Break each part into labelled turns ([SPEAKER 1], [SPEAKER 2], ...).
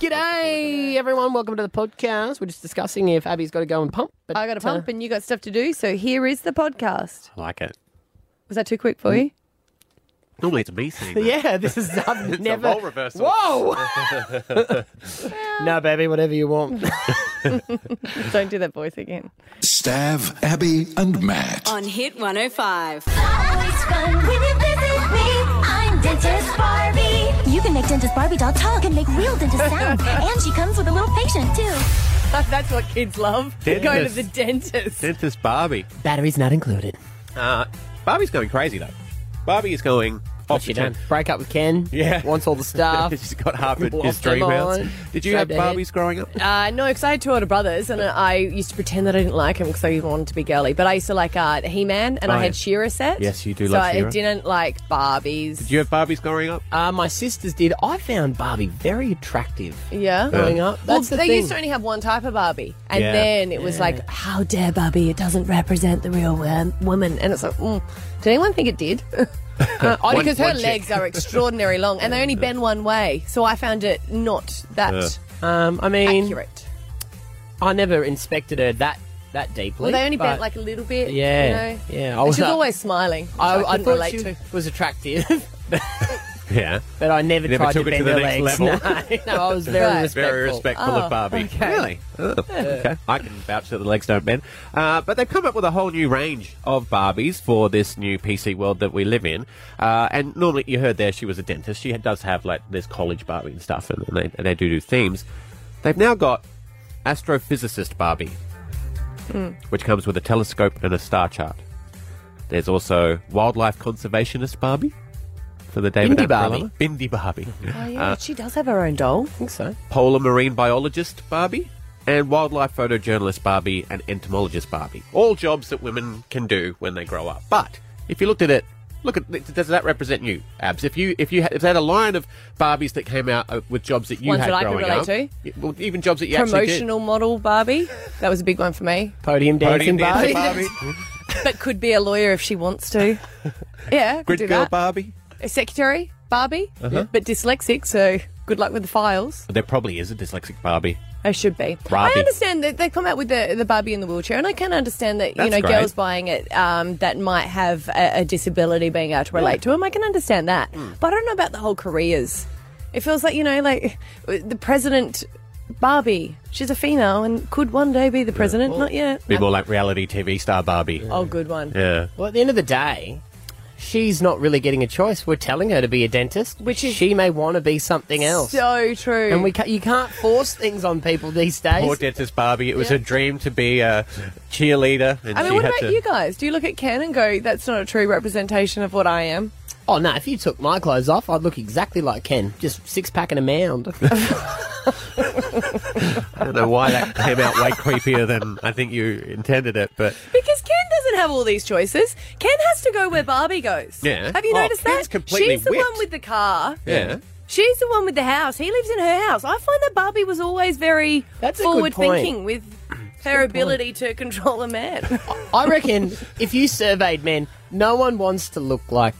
[SPEAKER 1] G'day, everyone. Welcome to the podcast. We're just discussing if Abby's got to go and pump. But
[SPEAKER 2] I got a pump and you got stuff to do, so here is the podcast.
[SPEAKER 3] I like it.
[SPEAKER 2] Was that too quick for you?
[SPEAKER 3] Normally it's me saying that.
[SPEAKER 1] yeah, this is I've
[SPEAKER 3] It's
[SPEAKER 1] never.
[SPEAKER 3] a role reversal.
[SPEAKER 1] Whoa! no, baby, whatever you want.
[SPEAKER 2] Don't do that voice again.
[SPEAKER 4] Stav, Abby, and Matt.
[SPEAKER 5] On Hit 105.
[SPEAKER 6] Always fun when you visit me. I'm Dentist Barbie. You can make Dentist Barbie doll talk and make real dentist sound. and she comes with a little patient, too.
[SPEAKER 2] That's what kids love. Go to
[SPEAKER 3] Dentist.
[SPEAKER 2] the dentist.
[SPEAKER 3] Dentist Barbie.
[SPEAKER 1] Batteries not included.
[SPEAKER 3] Uh, Barbie's going crazy though. Barbie is going off
[SPEAKER 1] She
[SPEAKER 3] the
[SPEAKER 1] done.
[SPEAKER 3] chain.
[SPEAKER 1] Break up with Ken.
[SPEAKER 3] Yeah.
[SPEAKER 1] Wants all the stuff.
[SPEAKER 3] She's got half in his
[SPEAKER 1] Lost
[SPEAKER 3] dream
[SPEAKER 1] her
[SPEAKER 3] house.
[SPEAKER 1] mind.
[SPEAKER 3] Did you
[SPEAKER 1] So
[SPEAKER 3] have
[SPEAKER 1] dead.
[SPEAKER 3] Barbies growing up?
[SPEAKER 2] Uh, no, because I had two older brothers, and I used to pretend that I didn't like him because I wanted to be girly. But I used to like uh, He Man, and I
[SPEAKER 3] Right.
[SPEAKER 2] had Shearer set.
[SPEAKER 3] Yes, you do
[SPEAKER 2] so
[SPEAKER 3] love
[SPEAKER 2] I
[SPEAKER 3] She-Ra.
[SPEAKER 2] didn't like Barbies.
[SPEAKER 3] Did you have Barbies growing up?
[SPEAKER 1] Uh, my sisters did. I found Barbie very attractive
[SPEAKER 2] yeah.
[SPEAKER 1] growing up.
[SPEAKER 2] Well,
[SPEAKER 1] That's the
[SPEAKER 2] they
[SPEAKER 1] thing.
[SPEAKER 2] used to only have one type of Barbie, and
[SPEAKER 3] Yeah.
[SPEAKER 2] then it was like, "How dare Barbie? It doesn't represent the real wo- woman." And it's like, mm, did anyone think it did? Uh, oh, because her
[SPEAKER 3] one chick.
[SPEAKER 2] legs are extraordinary long, and they only bend one way, so I found it not that
[SPEAKER 1] um, I mean,
[SPEAKER 2] accurate.
[SPEAKER 1] I never inspected her that that deeply.
[SPEAKER 2] Well, they only
[SPEAKER 1] but-
[SPEAKER 2] bent like a little bit.
[SPEAKER 1] Yeah,
[SPEAKER 2] you know?
[SPEAKER 1] yeah. I
[SPEAKER 2] And
[SPEAKER 1] was,
[SPEAKER 2] She's
[SPEAKER 1] uh,
[SPEAKER 2] always smiling. which
[SPEAKER 1] I,
[SPEAKER 2] I,
[SPEAKER 1] I
[SPEAKER 2] couldn't
[SPEAKER 1] thought
[SPEAKER 2] relate
[SPEAKER 1] she
[SPEAKER 2] to.
[SPEAKER 1] was attractive,
[SPEAKER 3] Yeah.
[SPEAKER 1] but I never,
[SPEAKER 3] You never
[SPEAKER 1] tried
[SPEAKER 3] took
[SPEAKER 1] to
[SPEAKER 3] it
[SPEAKER 1] bend
[SPEAKER 3] to the
[SPEAKER 1] her
[SPEAKER 3] next
[SPEAKER 1] legs. No, no, I was very
[SPEAKER 2] Right.
[SPEAKER 1] respectful.
[SPEAKER 3] Very respectful
[SPEAKER 2] Oh,
[SPEAKER 3] of Barbie.
[SPEAKER 2] okay.
[SPEAKER 3] Really? Oh, okay. I can vouch that the legs don't bend. Uh, but they've come up with a whole new range of Barbies for this new PC world that we live in. Uh, and normally, you heard there, she was a dentist. She does have, like, there's college Barbie and stuff, and, and, they, and they do do themes. They've now got astrophysicist Barbie, which comes with a telescope and a star chart. There's also wildlife conservationist Barbie for the David
[SPEAKER 1] Bindi
[SPEAKER 3] Attenborough
[SPEAKER 1] Barbie.
[SPEAKER 3] Llama. Bindi Barbie Uh,
[SPEAKER 2] Oh, yeah, she does have her own doll.
[SPEAKER 1] I think so.
[SPEAKER 3] polar marine biologist Barbie, and wildlife photojournalist Barbie, and entomologist Barbie. All jobs that women can do when they grow up. But if you looked at it, look at does that represent you, Abs? If you if you had, if they had a line of Barbies that came out uh, with jobs that you
[SPEAKER 2] Ones
[SPEAKER 3] had
[SPEAKER 2] that I could
[SPEAKER 3] growing
[SPEAKER 2] relate
[SPEAKER 3] up,
[SPEAKER 2] to.
[SPEAKER 3] y- well, even jobs that you
[SPEAKER 2] Promotional model Barbie. That was a big one for me.
[SPEAKER 1] Podium
[SPEAKER 3] actually
[SPEAKER 1] dancing
[SPEAKER 3] did. Podium dancer
[SPEAKER 1] Barbie.
[SPEAKER 3] Barbie,
[SPEAKER 2] But could be a lawyer if she wants to. Yeah, could
[SPEAKER 3] grid
[SPEAKER 2] do
[SPEAKER 3] girl
[SPEAKER 2] that.
[SPEAKER 3] Barbie. Uh-huh.
[SPEAKER 2] a secretary, Barbie, but dyslexic, so good luck with the files.
[SPEAKER 3] There probably is a dyslexic Barbie.
[SPEAKER 2] I should be.
[SPEAKER 3] Barbie.
[SPEAKER 2] I understand that they come out with the, the Barbie in the wheelchair, and I can understand that, you
[SPEAKER 3] That's
[SPEAKER 2] know,
[SPEAKER 3] great.
[SPEAKER 2] girls buying it um, that might have a, a disability being able to relate
[SPEAKER 1] Mm.
[SPEAKER 2] to them. I can understand that. But I don't know about the whole careers. It feels like, you know, like uh, the president, Barbie, she's a female and could one day be the president. Not yet.
[SPEAKER 3] Be more like reality TV star Barbie.
[SPEAKER 2] Oh, good one.
[SPEAKER 3] Yeah.
[SPEAKER 1] Well, at the end of the day, she's not really getting a choice. We're telling her to be a dentist,
[SPEAKER 2] Which is-
[SPEAKER 1] she may want to be something else.
[SPEAKER 2] So true.
[SPEAKER 1] and we ca- you can't force things on people these days.
[SPEAKER 3] Poor dentist Barbie. It was her dream to be a cheerleader, and
[SPEAKER 2] I
[SPEAKER 3] she
[SPEAKER 2] mean, what
[SPEAKER 3] had
[SPEAKER 2] about
[SPEAKER 3] to.
[SPEAKER 2] you guys? Do you look at Ken and go, that's not a true representation of what I am?
[SPEAKER 1] Oh no! If you took my clothes off, I'd look exactly like Ken, just six pack and a mound.
[SPEAKER 3] I don't know why that came out way creepier than I think you intended it, but
[SPEAKER 2] Because Ken doesn't have all these choices. Ken has to go where Barbie goes.
[SPEAKER 3] Yeah.
[SPEAKER 2] Have you
[SPEAKER 3] Oh,
[SPEAKER 2] noticed
[SPEAKER 3] Ken's
[SPEAKER 2] that?
[SPEAKER 3] completely
[SPEAKER 2] She's the
[SPEAKER 3] whipped.
[SPEAKER 2] one with the car.
[SPEAKER 3] yeah.
[SPEAKER 2] She's the one with the house. He lives in her house. I find that Barbie was always very
[SPEAKER 1] That's a good
[SPEAKER 2] forward
[SPEAKER 1] point.
[SPEAKER 2] thinking with her ability to control a man.
[SPEAKER 1] I reckon if you surveyed men, no one wants to look like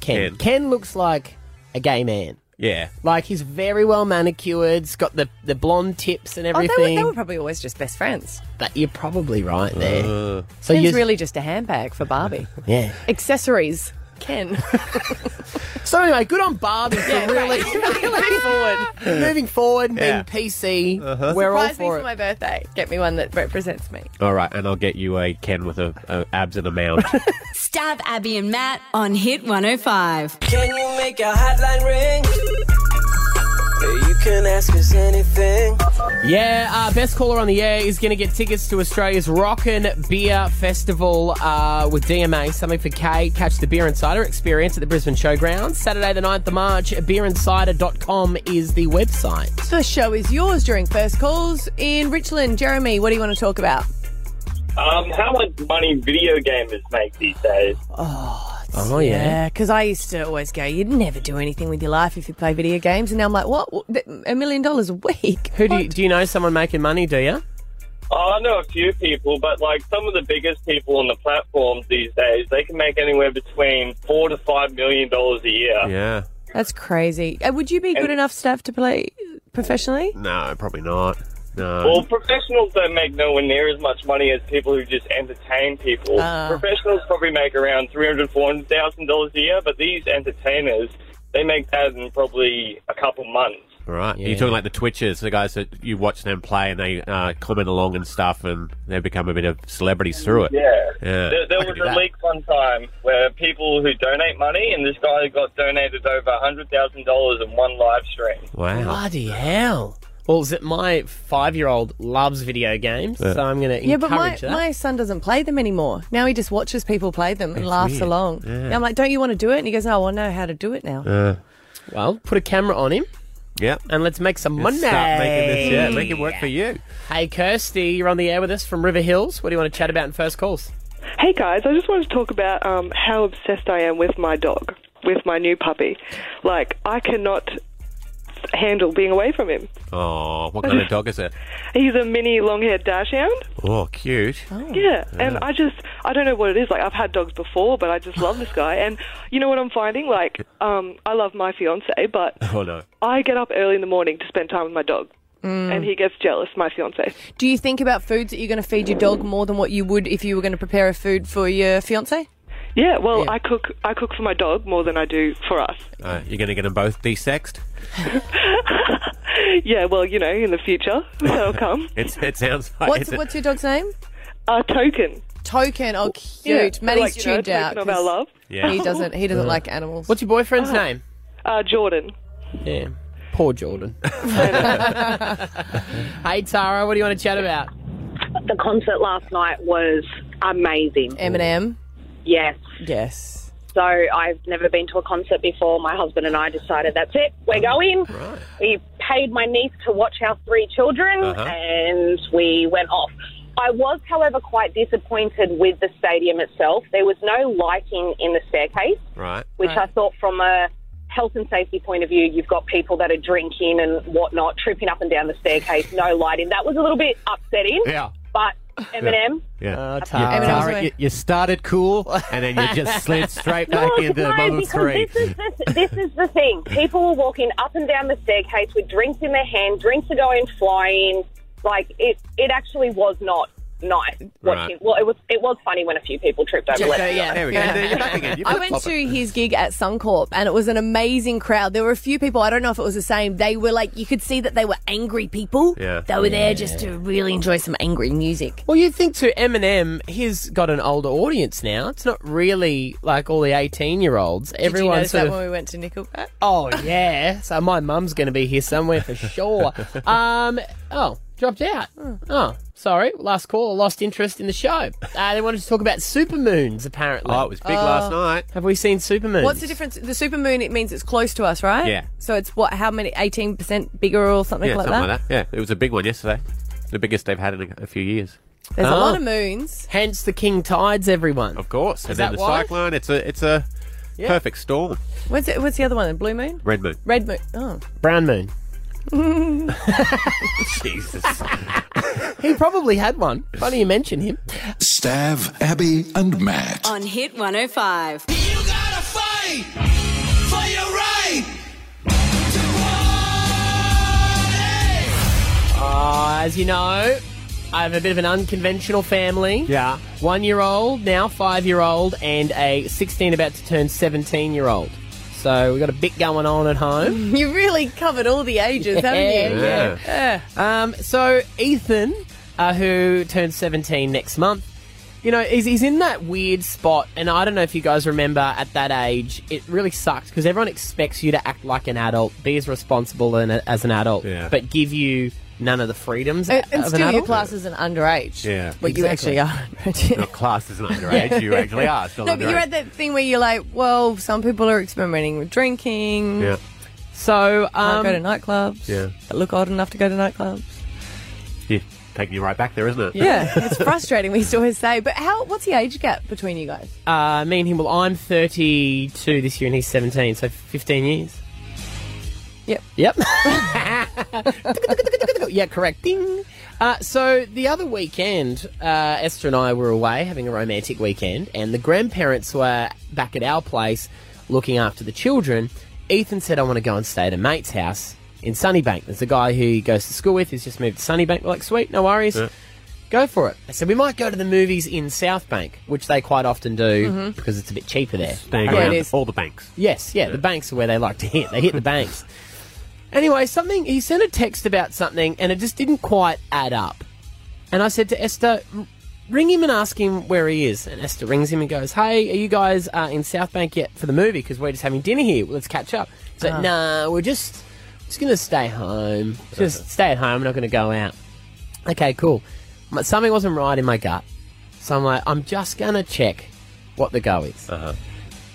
[SPEAKER 1] Ken. Ken,
[SPEAKER 3] Ken.
[SPEAKER 1] looks like a gay man.
[SPEAKER 3] Yeah.
[SPEAKER 1] Like he's very well manicured. He's got the, the blonde tips and
[SPEAKER 2] oh, they,
[SPEAKER 1] everything.
[SPEAKER 2] were, they were probably always just best friends.
[SPEAKER 1] But you're probably right there. so
[SPEAKER 2] Ken's
[SPEAKER 1] you
[SPEAKER 2] really just a handbag for Barbie.
[SPEAKER 1] yeah.
[SPEAKER 2] Accessories. Ken.
[SPEAKER 1] So anyway, good on Barbie for really, really forward, moving forward, and
[SPEAKER 3] Yeah.
[SPEAKER 1] being PC. We're all
[SPEAKER 2] Surprise me
[SPEAKER 1] for
[SPEAKER 2] for
[SPEAKER 1] it.
[SPEAKER 2] my birthday. Get me one that represents me.
[SPEAKER 3] All right, and I'll get you a Ken with a, a abs and a mound.
[SPEAKER 5] Stab Abby and Matt on Hit 105.
[SPEAKER 7] Can you make a hotline ring? Yeah, you can ask us anything.
[SPEAKER 1] Yeah, uh, best caller on the air is going to get tickets to Australia's Rockin' Beer Festival uh, with DMA. Something for Kate. Catch the Beer Insider experience at the Brisbane Showgrounds. Saturday the 9th of March. Beerinsider.com is the website.
[SPEAKER 2] First show is yours during first calls in Richland. Jeremy, what do you want to talk about?
[SPEAKER 8] Um, how much money video gamers make these days?
[SPEAKER 1] Oh,
[SPEAKER 2] because I used to always go, you'd never do anything with your life if you play video games. And now I'm like, what? What? Th- A million dollars a week?
[SPEAKER 1] Who do you, do you know someone making money, do you?
[SPEAKER 8] Oh, I know a few people, but like some of the biggest people on the platforms these days, they can make anywhere between four to five million dollars a year.
[SPEAKER 3] yeah.
[SPEAKER 2] That's crazy. Uh, Would you be good enough, Steph, to play professionally?
[SPEAKER 3] No, probably not. No.
[SPEAKER 8] Well, professionals don't make nowhere near as much money as people who just entertain people. Professionals probably make around three hundred, four hundred thousand dollars a year, but these entertainers, they make that in probably a couple months.
[SPEAKER 3] Right.
[SPEAKER 1] Yeah.
[SPEAKER 3] You're talking like the Twitchers, the guys that you watch them play and they uh, comment along and stuff and they become a bit of celebrities through it.
[SPEAKER 8] Yeah.
[SPEAKER 3] Yeah.
[SPEAKER 8] There, there
[SPEAKER 3] I could
[SPEAKER 8] was
[SPEAKER 3] do
[SPEAKER 8] a
[SPEAKER 3] that.
[SPEAKER 8] leak one time where people who donate money, and this guy got donated over $100,000 in one live stream.
[SPEAKER 3] Wow.
[SPEAKER 1] Bloody hell. Well, is it my five year old loves video games, so I'm going to
[SPEAKER 2] Yeah, but my,
[SPEAKER 1] encourage that.
[SPEAKER 2] my son doesn't play them anymore. Now he just watches people play them and laughs
[SPEAKER 3] weird.
[SPEAKER 2] along.
[SPEAKER 3] Yeah.
[SPEAKER 2] Yeah, I'm like, don't you want to do it? And he goes, no, I know how to do it now.
[SPEAKER 1] Well, put a camera on him
[SPEAKER 3] Uh, Yeah.
[SPEAKER 1] and let's make some money.
[SPEAKER 3] Start making this, yeah, make it work for you.
[SPEAKER 1] Hey, Kirsty, you're on the air with us from River Hills. What do you want to chat about in first calls?
[SPEAKER 9] Hey guys, I just wanted to talk about um, how obsessed I am with my dog, with my new puppy. Like, I cannot handle being away from him.
[SPEAKER 3] Oh, what kind of dog is it?
[SPEAKER 9] He's a mini long haired dashhound.
[SPEAKER 3] Oh, cute.
[SPEAKER 9] Yeah, and I just, I don't know what it is. Like, I've had dogs before, but I just love this guy. And you know what I'm finding? Like, um, I love my fiance, but
[SPEAKER 3] Oh, no.
[SPEAKER 9] I get up early in the morning to spend time with my dog. And he gets jealous, my fiance.
[SPEAKER 2] Do you think about foods that you're going to feed your dog more than what you would if you were going to prepare a food for your fiance?
[SPEAKER 9] Yeah, well,
[SPEAKER 2] Yeah.
[SPEAKER 9] I cook, I cook for my dog more than I do for us.
[SPEAKER 3] Uh, you're going to get them both desexed?
[SPEAKER 9] Yeah, well, you know, in the future, that'll come.
[SPEAKER 3] It's, it sounds like
[SPEAKER 2] What's
[SPEAKER 3] it's a-
[SPEAKER 2] what's your dog's name?
[SPEAKER 9] A Uh, token.
[SPEAKER 2] Token. Oh,
[SPEAKER 9] Yeah,
[SPEAKER 2] cute.
[SPEAKER 9] so
[SPEAKER 2] Maddie's
[SPEAKER 9] like, you know,
[SPEAKER 2] tuned
[SPEAKER 9] token
[SPEAKER 2] out.
[SPEAKER 9] Of
[SPEAKER 2] 'cause
[SPEAKER 9] our love,
[SPEAKER 3] yeah.
[SPEAKER 2] He doesn't. He
[SPEAKER 3] Uh,
[SPEAKER 2] doesn't like animals.
[SPEAKER 1] What's your boyfriend's name?
[SPEAKER 9] uh, Jordan.
[SPEAKER 1] Yeah. Poor Jordan. hey, Tara, what do you want to chat about?
[SPEAKER 10] The concert last night was amazing.
[SPEAKER 2] Eminem?
[SPEAKER 10] Yes.
[SPEAKER 2] Yes.
[SPEAKER 10] So I've never been to a concert before. My husband and I decided that's it, we're going. We paid my niece to watch our three children
[SPEAKER 3] Uh-huh.
[SPEAKER 10] and we went off. I was, however, quite disappointed with the stadium itself. There was no lighting in the staircase,
[SPEAKER 3] Right.
[SPEAKER 10] which
[SPEAKER 2] Right.
[SPEAKER 10] I thought from a health and safety point of view, you've got people that are drinking and whatnot, tripping up and down the staircase, no lighting. That was a little bit upsetting,
[SPEAKER 3] Yeah.
[SPEAKER 10] but Eminem,
[SPEAKER 3] Yeah.
[SPEAKER 1] Uh,
[SPEAKER 3] You,
[SPEAKER 1] Tara.
[SPEAKER 2] Eminem's
[SPEAKER 3] Tara,
[SPEAKER 2] way.
[SPEAKER 3] you, you started cool, and then you just slid straight back
[SPEAKER 10] No,
[SPEAKER 3] into
[SPEAKER 10] no,
[SPEAKER 3] bottom
[SPEAKER 10] because
[SPEAKER 3] three.
[SPEAKER 10] This is, the, this is the thing. People were walking up and down the staircase with drinks in their hand. Drinks are going flying. Like it, it actually was not nice. Watching.
[SPEAKER 3] Right.
[SPEAKER 10] Well, it was. It was funny when a few people tripped over. let's be honest.
[SPEAKER 3] There we go. There you're back again. You
[SPEAKER 2] I
[SPEAKER 3] flip-flop
[SPEAKER 2] went
[SPEAKER 3] it.
[SPEAKER 2] to his gig at Suncorp and it was an amazing crowd. There were a few people, I don't know if it was the same, they were like, you could see that they were angry people.
[SPEAKER 3] Yeah.
[SPEAKER 2] They were there just to really enjoy some angry music.
[SPEAKER 1] Well, you think too, Eminem, he's got an older audience now. It's not really like all the 18 year olds.
[SPEAKER 2] Did you
[SPEAKER 1] Everyone
[SPEAKER 2] notice
[SPEAKER 1] sort
[SPEAKER 2] that
[SPEAKER 1] of.
[SPEAKER 2] when we went to Nickelback?
[SPEAKER 1] Oh, yeah. so my mum's going to be here somewhere for sure. um, oh, dropped out.
[SPEAKER 3] Hmm.
[SPEAKER 1] Oh, sorry. Last call. I lost interest in the show. Uh, they wanted to talk about supermoons, apparently. Uh,
[SPEAKER 3] Oh, it was big last night.
[SPEAKER 1] Have we seen supermoons?
[SPEAKER 2] What's the difference? The supermoon, it means it's close to us, right?
[SPEAKER 3] Yeah.
[SPEAKER 2] So it's what, how many, 18% bigger or something
[SPEAKER 3] Yeah,
[SPEAKER 2] like
[SPEAKER 3] something
[SPEAKER 2] that?
[SPEAKER 3] like that. Yeah, it was a big one yesterday. The biggest they've had in a, a few years.
[SPEAKER 2] There's
[SPEAKER 1] Oh.
[SPEAKER 2] a lot of moons.
[SPEAKER 1] Hence the king tides, everyone.
[SPEAKER 3] Of course. and then
[SPEAKER 1] that
[SPEAKER 3] the
[SPEAKER 1] why?
[SPEAKER 3] cyclone, it's a it's a perfect storm.
[SPEAKER 2] What's, it, what's the other one? Blue moon?
[SPEAKER 3] Red moon.
[SPEAKER 2] Red moon. Oh.
[SPEAKER 1] Brown moon.
[SPEAKER 3] Jesus.
[SPEAKER 1] He probably had one. Funny you mention him.
[SPEAKER 4] Stav, Abby, and Matt.
[SPEAKER 11] On Hit 105.
[SPEAKER 5] You gotta fight for your right to
[SPEAKER 1] Uh, as you know, I have a bit of an unconventional family.
[SPEAKER 3] yeah.
[SPEAKER 1] One year old, now five year old, and a 16 about to turn 17 year old. So we've got a bit going on at home.
[SPEAKER 2] You really covered all the ages, haven't you?
[SPEAKER 3] Yeah.
[SPEAKER 1] Um, so Ethan, uh, who turns 17 next month, you know, he's, he's in that weird spot. And I don't know if you guys remember at that age, it really sucks because everyone expects you to act like an adult, be as responsible and, as an adult,
[SPEAKER 3] Yeah.
[SPEAKER 1] but give you none of the freedoms
[SPEAKER 2] Uh, And, and
[SPEAKER 1] of
[SPEAKER 2] still,
[SPEAKER 1] an
[SPEAKER 2] your
[SPEAKER 1] adult.
[SPEAKER 2] class is an underage.
[SPEAKER 3] Yeah.
[SPEAKER 2] What you actually are.
[SPEAKER 3] Class isn't underage. You actually are Ah, still
[SPEAKER 2] No,
[SPEAKER 3] underage.
[SPEAKER 2] but you're at that thing where you're like, well, some people are experimenting with drinking.
[SPEAKER 3] yeah.
[SPEAKER 1] So,
[SPEAKER 2] Can't
[SPEAKER 1] um,
[SPEAKER 2] go to nightclubs.
[SPEAKER 3] Yeah.
[SPEAKER 2] That look old enough to go to nightclubs.
[SPEAKER 3] Yeah. Taking you right back there, isn't it?
[SPEAKER 2] Yeah, it's frustrating. We used to always say, but how? What's the age gap between you guys?
[SPEAKER 1] uh, me and him, well, I'm 32 this year and he's 17, so 15 years.
[SPEAKER 2] Yep.
[SPEAKER 1] Yep. yeah, correct. Ding. Uh, so the other weekend, uh, Esther and I were away having a romantic weekend, and the grandparents were back at our place looking after the children. Ethan said, I want to go and stay at a mate's house in Sunnybank. There's a guy who he goes to school with. He's just moved to Sunnybank. We're like, sweet, no worries. Go for it. So we might go to the movies in South Bank, which they quite often do
[SPEAKER 3] Mhm.
[SPEAKER 1] because it's a bit cheaper there.
[SPEAKER 3] Staying around all the banks.
[SPEAKER 1] Yes, yeah, the banks are where they like to hit. They hit the banks. Anyway, something he sent a text about something, and it just didn't quite add up. And I said to Esther, "R- "Ring him and ask him where he is." And Esther rings him and goes, "Hey, are you guys uh, in South Bank yet for the movie? Because we're just having dinner here. Let's catch up." So,
[SPEAKER 12] Ah.
[SPEAKER 1] nah, we're just just gonna stay home. Just stay at home. We're not gonna go out. Okay, cool. But Something wasn't right in my gut, so I'm like, I'm just gonna check what the go is.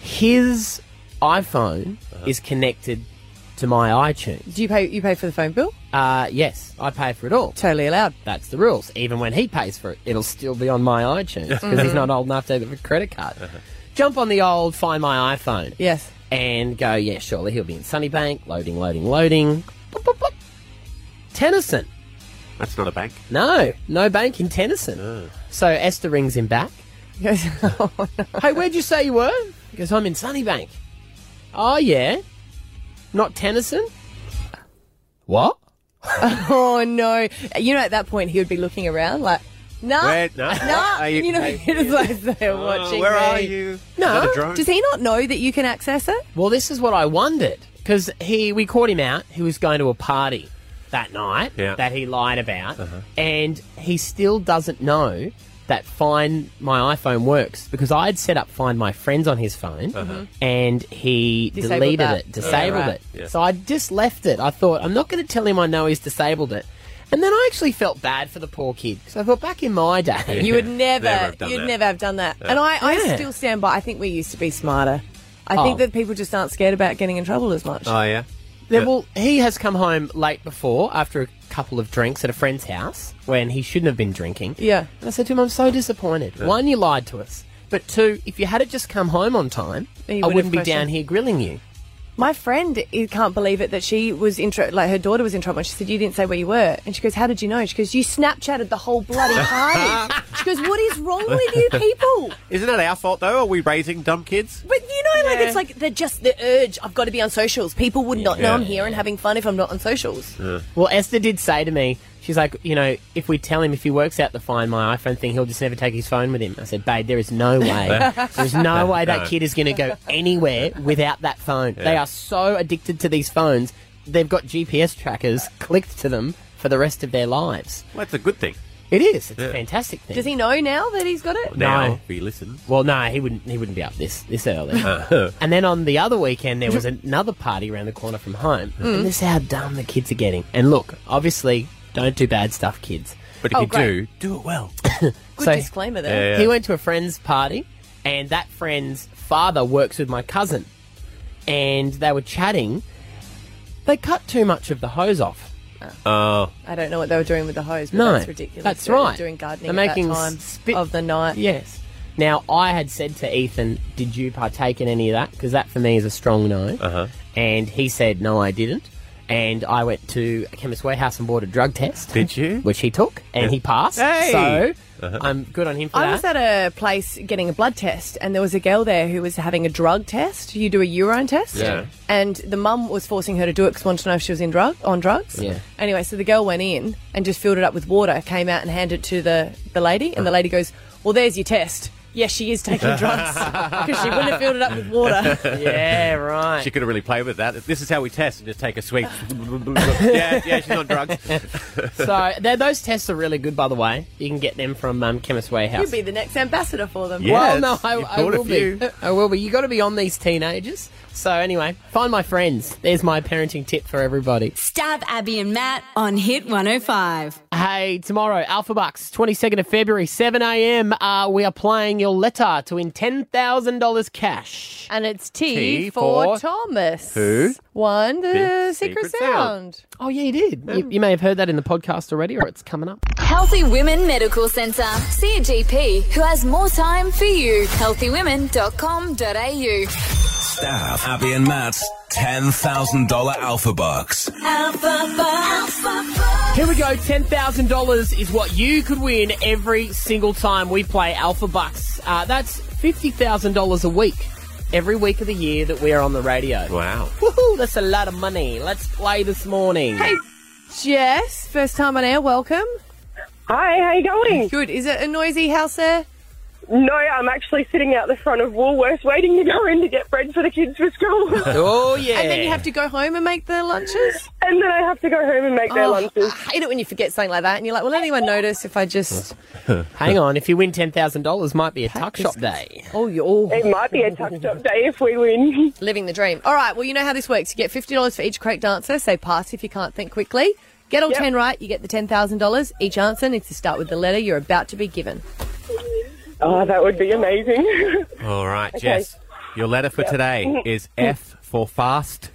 [SPEAKER 1] His iPhone is connected to my iTunes.
[SPEAKER 2] Do you pay? You pay for the phone bill?
[SPEAKER 1] Uh, yes, I pay for it all.
[SPEAKER 2] Totally allowed.
[SPEAKER 1] That's the rules. Even when he pays for it, it'll still be on my iTunes because he's
[SPEAKER 2] Mhm.
[SPEAKER 1] not old enough to have a credit card. Jump on the old Find My iPhone.
[SPEAKER 2] Yes.
[SPEAKER 1] And go, yeah, surely he'll be in Sunnybank. Loading, loading, loading. Boop, boop, boop. Tennyson.
[SPEAKER 3] That's not a bank. Oh.
[SPEAKER 1] No, no bank in Tennyson. So Esther rings him back. He goes, hey, where'd you say you were? He goes, I'm in Sunnybank. Oh, yeah. Not Tennyson? What?
[SPEAKER 2] oh no! You know, at that point, he would be looking around like, nah,
[SPEAKER 1] Where-
[SPEAKER 2] nah,
[SPEAKER 1] nah,
[SPEAKER 2] nah.
[SPEAKER 1] are
[SPEAKER 2] You,
[SPEAKER 1] you-
[SPEAKER 2] know,
[SPEAKER 1] are you-
[SPEAKER 2] it's like they're
[SPEAKER 1] Oh,
[SPEAKER 2] watching.
[SPEAKER 1] where
[SPEAKER 2] me.
[SPEAKER 1] are you? Another
[SPEAKER 2] No,
[SPEAKER 1] drone?
[SPEAKER 2] does he not know that you can access it?
[SPEAKER 1] Well, this is what I wondered because he we caught him out. He was going to a party that night
[SPEAKER 3] Yeah.
[SPEAKER 1] that he lied about, and he still doesn't know that Find My iPhone works because I had set up Find My Friends on his phone,
[SPEAKER 3] Mhm.
[SPEAKER 2] Mm-hmm.
[SPEAKER 1] and he
[SPEAKER 3] Disabled
[SPEAKER 1] deleted
[SPEAKER 3] that.
[SPEAKER 1] it, disabled
[SPEAKER 3] Yeah, right.
[SPEAKER 1] it.
[SPEAKER 3] Yeah.
[SPEAKER 1] So I just left it. I thought I'm not going to tell him I know he's disabled it. And then I actually felt bad for the poor kid because I thought back in my day,
[SPEAKER 2] You would never, you'd never have done that. And I, I
[SPEAKER 1] Yeah.
[SPEAKER 2] still stand by. I think we used to be smarter. I
[SPEAKER 1] Oh.
[SPEAKER 2] think that people just aren't scared about getting in trouble as much.
[SPEAKER 3] Oh, yeah.
[SPEAKER 1] Then, well, he has come home late before after a couple of drinks at a friend's house when he shouldn't have been drinking.
[SPEAKER 2] Yeah.
[SPEAKER 1] And I said to him, I'm so disappointed. One, you lied to us. But two, if you had just come home on time,
[SPEAKER 2] Then you
[SPEAKER 1] I
[SPEAKER 2] wouldn't
[SPEAKER 1] wouldn't be
[SPEAKER 2] have questioned.
[SPEAKER 1] down here grilling you.
[SPEAKER 2] My friend he can't believe it that she was in trouble. Like her daughter was in trouble. And she said, "You didn't say where you were." And she goes, "How did you know?" She goes, "You Snapchatted the whole bloody party." she goes, "What is wrong with you people?"
[SPEAKER 3] Isn't that our fault, though? Are we raising dumb kids?
[SPEAKER 2] But you know, like it's like the just the urge. I've got to be on socials. People would not know
[SPEAKER 1] Yeah.
[SPEAKER 2] I'm here and having fun if I'm not on socials.
[SPEAKER 1] Well, Esther did say to me, she's like, you know, if we tell him if he works out the find my iPhone thing, he'll just never take his phone with him. I said, babe, there is no way. There's no way that
[SPEAKER 12] No.
[SPEAKER 1] kid is going to go anywhere without that phone. They
[SPEAKER 12] Yeah.
[SPEAKER 1] are so addicted to these phones, they've got GPS trackers clicked to them for the rest of their lives.
[SPEAKER 3] Well, that's a good thing.
[SPEAKER 1] It is. It's a fantastic thing.
[SPEAKER 2] Does he know now that he's got it?
[SPEAKER 1] No.
[SPEAKER 3] Now, if he listens.
[SPEAKER 1] Well, no, he wouldn't. He wouldn't be up this this early.
[SPEAKER 3] Uh-huh.
[SPEAKER 1] and then on the other weekend, there was another party around the corner from home.
[SPEAKER 3] Mm.
[SPEAKER 1] And this is how dumb the kids are getting. And look, obviously, don't do bad stuff, kids.
[SPEAKER 3] But if you do, do it well.
[SPEAKER 2] Oh, Good disclaimer there.
[SPEAKER 1] He went to a friend's party, and that friend's father works with my cousin, and they were chatting. They cut too much of the hose off.
[SPEAKER 3] Oh.
[SPEAKER 2] I don't know what they were doing with the hose, but
[SPEAKER 1] No,
[SPEAKER 2] that's ridiculous.
[SPEAKER 1] that's
[SPEAKER 2] They were
[SPEAKER 1] right.
[SPEAKER 2] Doing gardening
[SPEAKER 1] They're
[SPEAKER 2] at
[SPEAKER 1] making
[SPEAKER 2] that time
[SPEAKER 1] spit-
[SPEAKER 2] of the night.
[SPEAKER 1] Yes. Now, I had said to Ethan, Did you partake in any of that? Because that for me is a strong no. Uh-huh. And he said, No, I didn't. And I went to a chemist warehouse and bought a drug test. Did you? Uh-huh. Which he took, and he passed.
[SPEAKER 2] Hey!
[SPEAKER 1] So I'm good on him for
[SPEAKER 2] I
[SPEAKER 1] that.
[SPEAKER 2] was at a place getting a blood test, and there was a girl there who was having a drug test. You do a urine test,
[SPEAKER 1] Yeah.
[SPEAKER 2] and the mum was forcing her to do it because wanted to know if she was in drug on drugs.
[SPEAKER 1] Yeah.
[SPEAKER 2] Anyway, so the girl went in and just filled it up with water, came out and handed it to the the lady, and the lady goes, "Well, there's your test." Yes, she is taking drugs because she wouldn't have filled it up with water.
[SPEAKER 1] yeah, right.
[SPEAKER 3] She could have really played with that. This is how we test and just take a swig. yeah, yeah, she's on drugs.
[SPEAKER 1] so th- those tests are really good, by the way. You can get them from um, Chemist Warehouse.
[SPEAKER 2] You'd be the next ambassador for them.
[SPEAKER 1] well, no, I, I will be. I will be. You got to be on these teenagers. So anyway, find my friends. There's my parenting tip for everybody.
[SPEAKER 5] Stab Abby and Matt on Hit 105.
[SPEAKER 1] Hey, tomorrow, Alpha Bucks, 22nd of February, 7 a.m. Uh, we are playing your letter to win $10,000 cash.
[SPEAKER 2] And it's T,
[SPEAKER 1] T
[SPEAKER 2] for,
[SPEAKER 1] for-
[SPEAKER 2] Thomas.
[SPEAKER 1] Who?
[SPEAKER 2] One, the
[SPEAKER 1] The
[SPEAKER 2] secret,
[SPEAKER 1] secret
[SPEAKER 2] sound.
[SPEAKER 1] sound. Oh, yeah, you did. You, you may have heard that in the podcast already, or it's coming up.
[SPEAKER 13] Healthy Women Medical Centre. See a GP who has more time for you. Healthywomen.com.au.
[SPEAKER 14] Staff, Abby and Matt's $10,000 Alpha Bucks.
[SPEAKER 13] Alpha,
[SPEAKER 1] Here we go. $10,000 is what you could win every single time we play Alpha Bucks. Uh, that's $50,000 a week. every week of the year that we are on the radio.
[SPEAKER 3] Wow.
[SPEAKER 1] Woohoo, that's a lot of money. Let's play this morning.
[SPEAKER 2] Hey, Jess, first time on air. Welcome.
[SPEAKER 12] Hi, how you going?
[SPEAKER 2] Good. Is it a noisy house there?
[SPEAKER 12] No, I'm actually sitting out the front of Woolworths waiting to go in to get bread for the kids for school.
[SPEAKER 1] Oh, yeah.
[SPEAKER 2] And then you have to go home and make their lunches. Oh,
[SPEAKER 12] And then I have to go home and make their lunches.
[SPEAKER 2] I hate it when you forget something like that, and you're like, "Will anyone notice if I just?"
[SPEAKER 1] Hang on, if you win ten thousand dollars, might be a tuck shop day.
[SPEAKER 2] Oh, you all.
[SPEAKER 12] It might be a tuck shop day if we win.
[SPEAKER 2] Living the dream. All right. Well, you know how this works. You get fifty dollars for each correct answer. Say pass if you can't think quickly. Get all
[SPEAKER 12] Yep.
[SPEAKER 2] ten right. You get the ten thousand dollars. Each answer needs to start with the letter you're about to be given.
[SPEAKER 12] Oh, that would be amazing.
[SPEAKER 3] All right,
[SPEAKER 12] Okay.
[SPEAKER 3] Jess. Your letter for
[SPEAKER 12] Yep.
[SPEAKER 3] today is F for fast,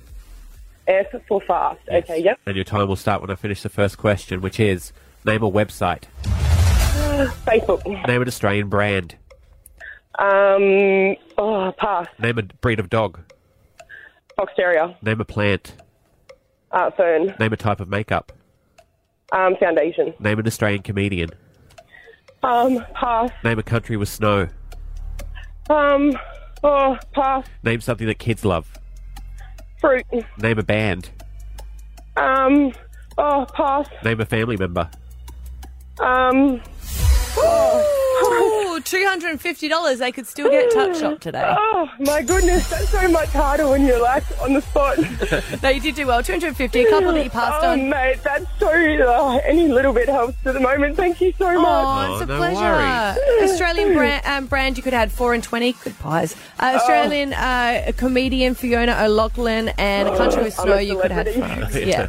[SPEAKER 12] F for fast. Okay, yep.
[SPEAKER 3] and your time will start when I finish the first question, which is name a website,
[SPEAKER 12] Facebook.
[SPEAKER 3] name an Australian brand,
[SPEAKER 12] Um, oh, pass.
[SPEAKER 3] name a breed of dog,
[SPEAKER 12] Fox Terrier.
[SPEAKER 3] name a plant,
[SPEAKER 12] Uh, Fern.
[SPEAKER 3] name a type of makeup,
[SPEAKER 12] Um, foundation.
[SPEAKER 3] name an Australian comedian,
[SPEAKER 12] Um, pass.
[SPEAKER 3] name a country with snow,
[SPEAKER 12] Um, oh, pass.
[SPEAKER 3] name something that kids love,
[SPEAKER 12] Fruit.
[SPEAKER 3] name a band,
[SPEAKER 12] Um, oh, pass.
[SPEAKER 3] name a family member.
[SPEAKER 12] Um,
[SPEAKER 2] Ooh, two hundred and fifty dollars. They could still get tuck shop today.
[SPEAKER 12] oh, my goodness. That's so much harder when you're like on the spot.
[SPEAKER 2] No, you did do well. Two hundred and fifty. A couple that you passed
[SPEAKER 12] oh,
[SPEAKER 2] on.
[SPEAKER 12] mate, that's so. Oh, any little bit helps at the moment. Thank you so much.
[SPEAKER 2] Oh, it's a
[SPEAKER 3] no
[SPEAKER 2] pleasure.
[SPEAKER 3] worries.
[SPEAKER 2] Australian brand, um, brand you could add four and twenty. Good pies.
[SPEAKER 9] Oh.
[SPEAKER 2] Uh, Australian uh, comedian Fiona O'Loughlin and a country with
[SPEAKER 12] I'm a
[SPEAKER 2] snow you could add.
[SPEAKER 12] celebrity.
[SPEAKER 2] Yeah.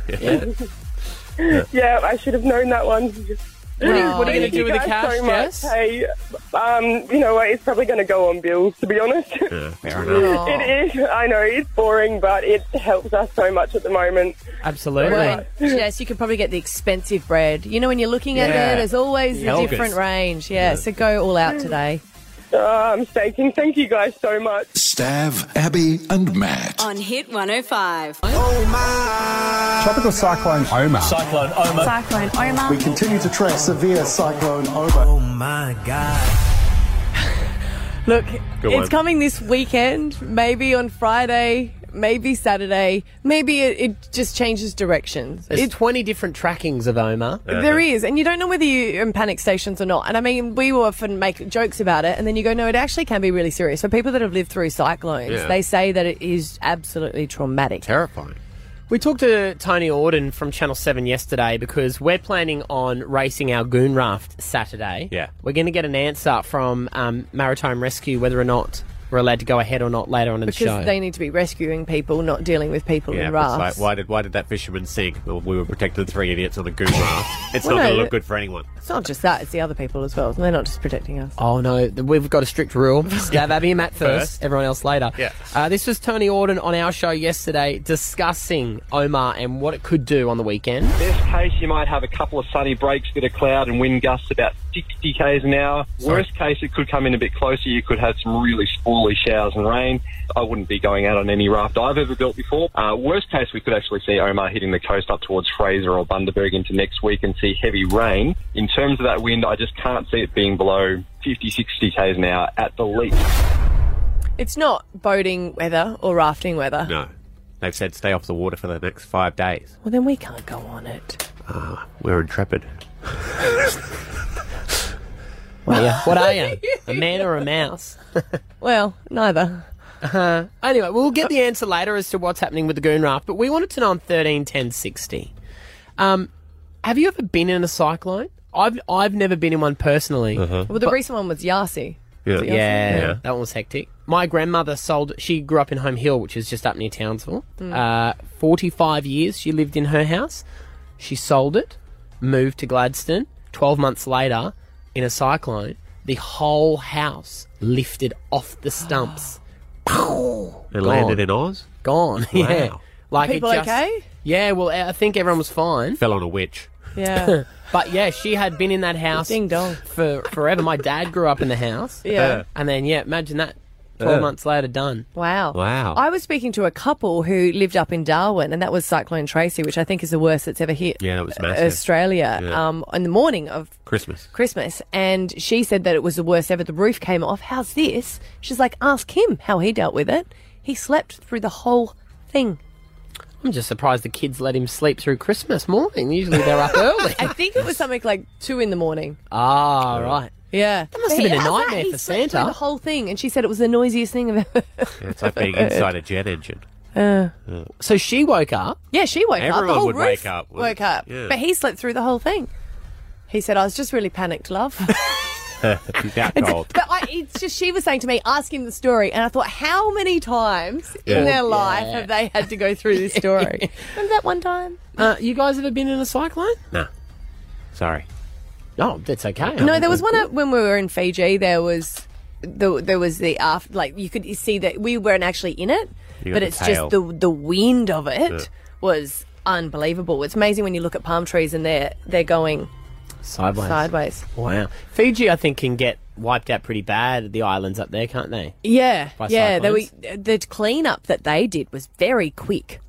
[SPEAKER 3] Yeah.
[SPEAKER 12] Yeah, I should have known that one.
[SPEAKER 1] What are you, what are you going
[SPEAKER 12] Thank
[SPEAKER 1] to do with the
[SPEAKER 12] guys
[SPEAKER 1] cash,
[SPEAKER 12] so much.
[SPEAKER 1] Jess?
[SPEAKER 12] Hey, um, you know what? It's probably going to go on bills, to be honest.
[SPEAKER 3] Yeah, fair enough.
[SPEAKER 12] It is. I know it's boring, but it helps us so much at the moment.
[SPEAKER 1] Absolutely.
[SPEAKER 2] Well, yes, you could probably get the expensive bread. You know, when you're looking at
[SPEAKER 1] Yeah.
[SPEAKER 2] it, there's always
[SPEAKER 1] Helga's.
[SPEAKER 2] a different range. Yeah, so go all out today.
[SPEAKER 12] Oh, I'm staking. Thank you guys so much.
[SPEAKER 4] Stav, Abby, and Matt.
[SPEAKER 5] On Hit 105.
[SPEAKER 15] Tropical cyclone Omar.
[SPEAKER 14] Cyclone Omar.
[SPEAKER 2] Cyclone Omar.
[SPEAKER 15] We continue to track severe cyclone Omar. Oh my god.
[SPEAKER 2] Look,
[SPEAKER 15] Good
[SPEAKER 2] it's
[SPEAKER 15] one.
[SPEAKER 2] coming this weekend, maybe on Friday, maybe Saturday, maybe it, it just changes directions.
[SPEAKER 1] There's
[SPEAKER 2] It-
[SPEAKER 1] 20 different trackings of Omar.
[SPEAKER 2] There is, and you don't know whether you're in panic stations or not. And I mean, we will often make jokes about it, and then you go, no, it actually can be really serious. For people that have lived through cyclones,
[SPEAKER 1] Yeah.
[SPEAKER 2] they say that it is absolutely traumatic.
[SPEAKER 3] Terrifying.
[SPEAKER 1] We talked to Tony Auden from Channel 7 yesterday because we're planning on racing our goon raft Saturday.
[SPEAKER 3] Yeah.
[SPEAKER 1] We're going to get an answer from um, Maritime Rescue whether or not we're allowed to go ahead or not later on in the show.
[SPEAKER 2] Because they need to be rescuing people, not dealing with people
[SPEAKER 3] Yeah,
[SPEAKER 2] in
[SPEAKER 3] but it's
[SPEAKER 2] rafts.
[SPEAKER 3] like, why did why did that fisherman sink? Well, we were protecting the three idiots on the goon raft. It's
[SPEAKER 2] Well,
[SPEAKER 3] not
[SPEAKER 2] no,
[SPEAKER 3] going to look
[SPEAKER 2] but-
[SPEAKER 3] good for anyone.
[SPEAKER 2] It's not just that, it's the other people as well. They're not just protecting us.
[SPEAKER 1] Oh no, th- we've got a strict rule. Stab Abby and Matt first,
[SPEAKER 3] First.
[SPEAKER 1] everyone else later.
[SPEAKER 3] Yeah.
[SPEAKER 1] Uh, this was Tony Auden on our show yesterday discussing Omar and what it could do on the weekend.
[SPEAKER 16] Best case, you might have a couple of sunny breaks, bit of cloud, and wind gusts about 60 k's an hour. Worst case, it could come in a bit closer. You could have some really squally showers and rain. I wouldn't be going out on any raft I've ever built before. Uh, worst case, we could actually see Omar hitting the coast up towards Fraser or Bundaberg into next week and see heavy rain. In terms of that wind, I just can't see it being below 50, 60 k's an hour at the least.
[SPEAKER 2] It's not boating weather or rafting weather.
[SPEAKER 3] No, they've said stay off the water for the next five days.
[SPEAKER 2] Well, then we can't go on it.
[SPEAKER 3] Ah, we're intrepid.
[SPEAKER 1] What are you? What are you? A man or a mouse?
[SPEAKER 2] well, neither.
[SPEAKER 1] Uh, anyway, we'll get the answer later as to what's happening with the goon raft, but we wanted to know on 13 10 60. Um, have you ever been in a cyclone? I've I've never been in one personally.
[SPEAKER 2] Well, the recent one was Yasi.
[SPEAKER 1] Yeah.
[SPEAKER 2] Is it Yasi?
[SPEAKER 1] Yeah, that one was hectic. My grandmother sold. She grew up in Home Hill, which is just up near Townsville.
[SPEAKER 2] Mm.
[SPEAKER 1] Uh, Forty-five years she lived in her house. She sold it, moved to Gladstone. Twelve months later, in a cyclone, the whole house lifted off the stumps.
[SPEAKER 3] It landed in Oz.
[SPEAKER 1] Gone. Yeah.
[SPEAKER 3] Wow.
[SPEAKER 1] Like it
[SPEAKER 2] People
[SPEAKER 1] just-
[SPEAKER 2] okay?
[SPEAKER 1] Yeah. Well, I think everyone was fine.
[SPEAKER 3] Fell on a witch.
[SPEAKER 2] Yeah.
[SPEAKER 1] but yeah, she had been in that house
[SPEAKER 2] Ding dong.
[SPEAKER 1] for forever. My dad grew up in the house.
[SPEAKER 2] Yeah.
[SPEAKER 1] And then yeah, imagine that 12
[SPEAKER 2] Ugh.
[SPEAKER 1] months later, done.
[SPEAKER 2] Wow.
[SPEAKER 1] Wow.
[SPEAKER 2] I was speaking to a couple who lived up in Darwin, and that was Cyclone Tracy, which I think is the worst that's ever hit
[SPEAKER 3] Yeah, that was
[SPEAKER 2] uh,
[SPEAKER 3] massive.
[SPEAKER 2] Australia
[SPEAKER 3] Yeah.
[SPEAKER 2] um, in the morning of
[SPEAKER 3] Christmas.
[SPEAKER 2] Christmas. And she said that it was the worst ever. The roof came off. How's this? She's like, ask him how he dealt with it. He slept through the whole thing.
[SPEAKER 1] I'm just surprised the kids let him sleep through Christmas morning. Usually they're up early.
[SPEAKER 2] I think it was something like two in the morning.
[SPEAKER 1] Ah, right.
[SPEAKER 2] Yeah. That
[SPEAKER 1] must have been a nightmare for Santa.
[SPEAKER 2] The whole thing. And she said it was the noisiest thing I've ever
[SPEAKER 3] Yeah, it's like being inside a jet engine.
[SPEAKER 2] Uh,
[SPEAKER 1] so she woke up.
[SPEAKER 2] Yeah, she woke up. The
[SPEAKER 3] Everyone
[SPEAKER 2] whole
[SPEAKER 3] would
[SPEAKER 2] roof
[SPEAKER 3] wake up, wouldn't
[SPEAKER 2] Woke up.
[SPEAKER 3] they? Yeah.
[SPEAKER 2] But he slept through the whole thing. He said, I was just really panicked, love.
[SPEAKER 3] He's out cold.
[SPEAKER 2] but I, it's just, she was saying to me, ask him the story. And I thought, how many times
[SPEAKER 1] Yeah.
[SPEAKER 2] in their life
[SPEAKER 1] Yeah.
[SPEAKER 2] have they had to go through this story? Remember that one time?
[SPEAKER 1] Uh, you guys ever been in a cyclone?
[SPEAKER 3] Nah. Sorry.
[SPEAKER 1] Oh, that's okay.
[SPEAKER 2] No, there was one at, when we were in Fiji. There was the there was the after like you could see that we weren't actually in it,
[SPEAKER 13] You got
[SPEAKER 2] but
[SPEAKER 13] the
[SPEAKER 2] it's
[SPEAKER 13] tail.
[SPEAKER 2] just the the wind of it
[SPEAKER 13] Yeah.
[SPEAKER 2] was unbelievable. It's amazing when you look at palm trees and they're they're going
[SPEAKER 1] Sideways.
[SPEAKER 2] sideways.
[SPEAKER 1] Wow. Fiji, I think, can get wiped out pretty bad, the islands up there, can't they?
[SPEAKER 2] Yeah,
[SPEAKER 1] By
[SPEAKER 2] yeah. They were,
[SPEAKER 1] cyclones?
[SPEAKER 2] the cleanup that they did was very quick.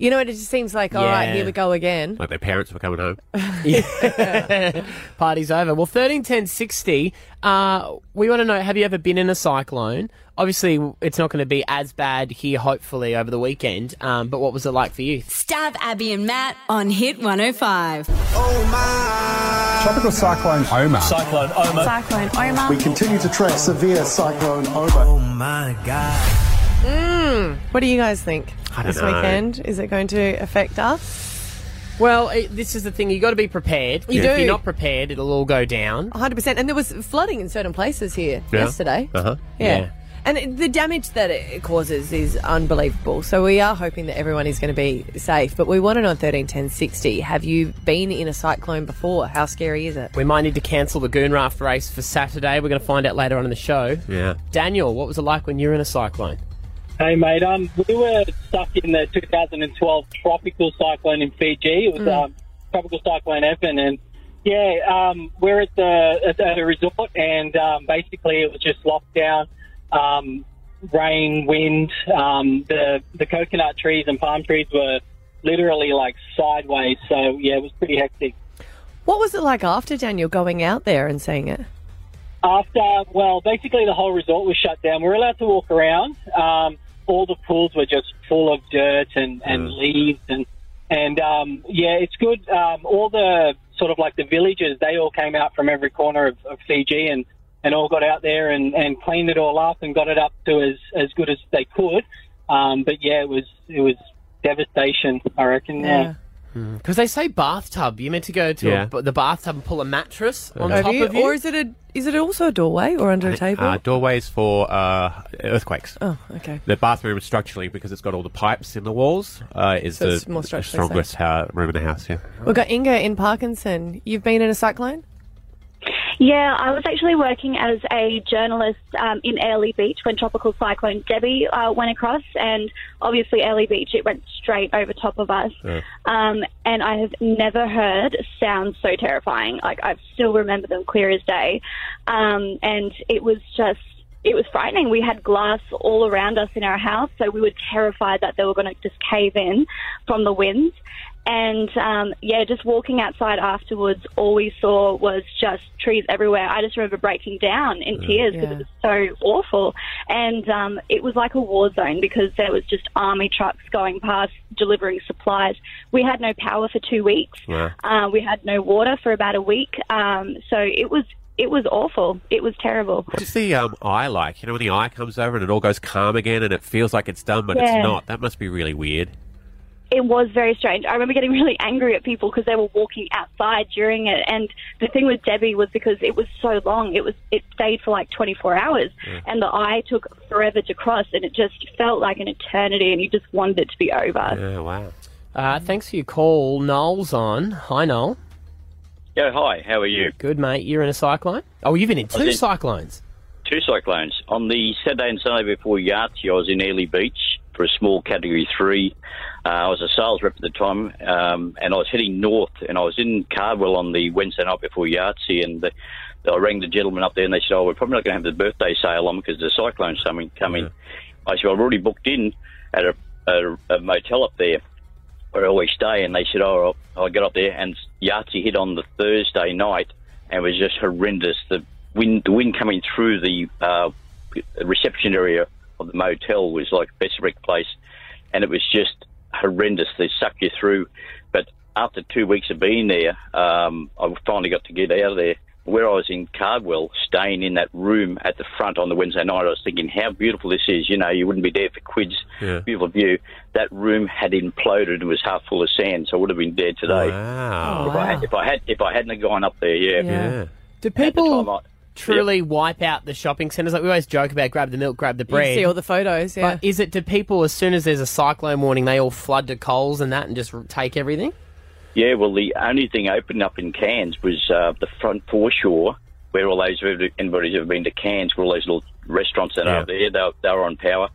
[SPEAKER 2] You know, it just seems like all right,
[SPEAKER 1] Yeah.
[SPEAKER 2] here we go again.
[SPEAKER 3] Like their parents were coming home.
[SPEAKER 1] Party's over. Well, thirteen ten sixty. Uh, we want to know: Have you ever been in a cyclone? Obviously, it's not going to be as bad here. Hopefully, over the weekend. Um, but what was it like for you?
[SPEAKER 5] Stab Abby and Matt on Hit 105.
[SPEAKER 15] Tropical cyclone Omar.
[SPEAKER 14] Cyclone Omar.
[SPEAKER 5] Cyclone
[SPEAKER 15] We continue to track severe cyclone Omar. Oh my god.
[SPEAKER 2] Mm. What do you guys think
[SPEAKER 15] I don't
[SPEAKER 2] this
[SPEAKER 15] know.
[SPEAKER 2] weekend? Is it going to affect us?
[SPEAKER 1] Well, it, this is the thing. You got to be prepared.
[SPEAKER 2] You
[SPEAKER 1] if
[SPEAKER 2] do.
[SPEAKER 1] you're not prepared, it'll all go down.
[SPEAKER 2] 100%. And there was flooding in certain places here yesterday.
[SPEAKER 1] Uh huh.
[SPEAKER 2] Yeah. And it- the damage that it causes is unbelievable. So we are hoping that everyone is going to be safe. But we want to know on 13, 10, 60, have you been in a cyclone before? How scary is it?
[SPEAKER 1] We might need to cancel the Goon Raft race for Saturday. We're going to find out later on in the show.
[SPEAKER 3] Yeah.
[SPEAKER 1] Daniel, what was it like when you were in a cyclone?
[SPEAKER 17] Hey, mate. Um, we were stuck in the 2012 tropical cyclone in Fiji. It was
[SPEAKER 1] Mm.
[SPEAKER 17] um, tropical cyclone Evan, and yeah, um, we're at the at, at a resort, and um, basically it was just lockdown, um, rain, wind. Um, the the coconut trees and palm trees were literally like sideways. So yeah, it was pretty hectic.
[SPEAKER 2] What was it like after Daniel going out there and seeing it?
[SPEAKER 17] After, well, basically the whole resort was shut down. We were allowed to walk around. Um, all the pools were just full of dirt and, and leaves and and um, yeah, it's good. Um, all the sort of like the villagers, they all came out from every corner of, of Fiji and, and all got out there and, and cleaned it all up and got it up to as, as good as they could. Um, but yeah, it was it was devastation. I reckon. yeah.
[SPEAKER 1] Because they say bathtub. You're meant to go to
[SPEAKER 3] Yeah.
[SPEAKER 1] a b the bathtub and pull a mattress
[SPEAKER 15] Uh,
[SPEAKER 1] on
[SPEAKER 2] Over
[SPEAKER 1] top
[SPEAKER 2] you?
[SPEAKER 1] of you.
[SPEAKER 2] Or is it a is it also a doorway or under a table?
[SPEAKER 3] Uh, doorways for uh, earthquakes.
[SPEAKER 2] oh, okay.
[SPEAKER 3] The bathroom structurally, because it's got all the pipes in the walls, uh, is
[SPEAKER 2] So
[SPEAKER 3] the
[SPEAKER 2] it's more structurally
[SPEAKER 3] strongest uh, room in the house. Yeah.
[SPEAKER 2] We've got Inga in Parkinson. You've been in a cyclone?
[SPEAKER 18] Yeah, I was actually working as a journalist um, in Airlie Beach when Tropical Cyclone Debbie uh, went across, and obviously Airlie Beach, it went straight over top of us. Um, and I have never heard sounds so terrifying. Like, I still remember them clear as day. Um, and it was just, it was frightening. We had glass all around us in our house, so we were terrified that they were going to just cave in from the winds. And um, yeah, just walking outside afterwards, all we saw was just trees everywhere. I just remember breaking down in tears because it was so awful. And um, it was like a war zone because there was just army trucks going past delivering supplies. We had no power for two weeks. Uh, we had no water for about a week. Um, so it was it was awful. It was terrible.
[SPEAKER 3] What's the um, eye like? You know, when the eye comes over and it all goes calm again, and it feels like it's done, but
[SPEAKER 18] Yeah.
[SPEAKER 3] it's not. That must be really weird.
[SPEAKER 18] it was very strange. I remember getting really angry at people because they were walking outside during it. And the thing with Debbie was because it was so long, it was it stayed for like 24 hours, and the eye took forever to cross, and it just felt like an eternity, and you just wanted it to be over.
[SPEAKER 3] Yeah, wow.
[SPEAKER 1] Uh, thanks for your call. Noel's on. Hi, Noel.
[SPEAKER 19] Yeah, hi. How are you?
[SPEAKER 1] Good, mate. You're in a cyclone? Oh, you've been in
[SPEAKER 19] I
[SPEAKER 1] two
[SPEAKER 19] did.
[SPEAKER 1] cyclones.
[SPEAKER 19] Two cyclones. On the Saturday and Sunday before Yahtzee, I was in Airlie Beach for a small Category 3. Uh, I was a sales rep at the time, um, and I was heading north, and I was in Cardwell on the Wednesday night before Yahtzee, and the, I rang the gentleman up there, and they said, oh, we're probably not going to have the birthday sale on because the cyclone's coming. coming. I said, well, I've already booked in at a, a, a motel up there where I always stay, and they said, oh, I got up there, and Yahtzee hit on the Thursday night, and it was just horrendous. The wind, the wind coming through the uh, reception area of the motel was like Besserick Place, and it was just horrendous. They suck you through. But after two weeks of being there, um, I finally got to get out of there. Where I was in Cardwell, staying in that room at the front on the Wednesday night, I was thinking how beautiful this is. You know, you wouldn't be there for quids.
[SPEAKER 3] Yeah.
[SPEAKER 19] Beautiful view. That room had imploded and was half full of sand, so I would have been dead today.
[SPEAKER 3] Wow.
[SPEAKER 19] If, I had, if I had if I hadn't have gone up there, yeah.
[SPEAKER 1] Yeah. Do people truly wipe out the shopping centres? Like we always joke about grab the milk, grab the bread.
[SPEAKER 2] see all the photos, yeah.
[SPEAKER 1] But is it do people as soon as there's a cyclone warning, they all flood to Coles and that and just r- take everything?
[SPEAKER 19] Yeah, well, the only thing opened up in Cairns was uh, the front foreshore, where all those anybody's ever been to Cairns, where all those little restaurants that are there, they, were- they were on power.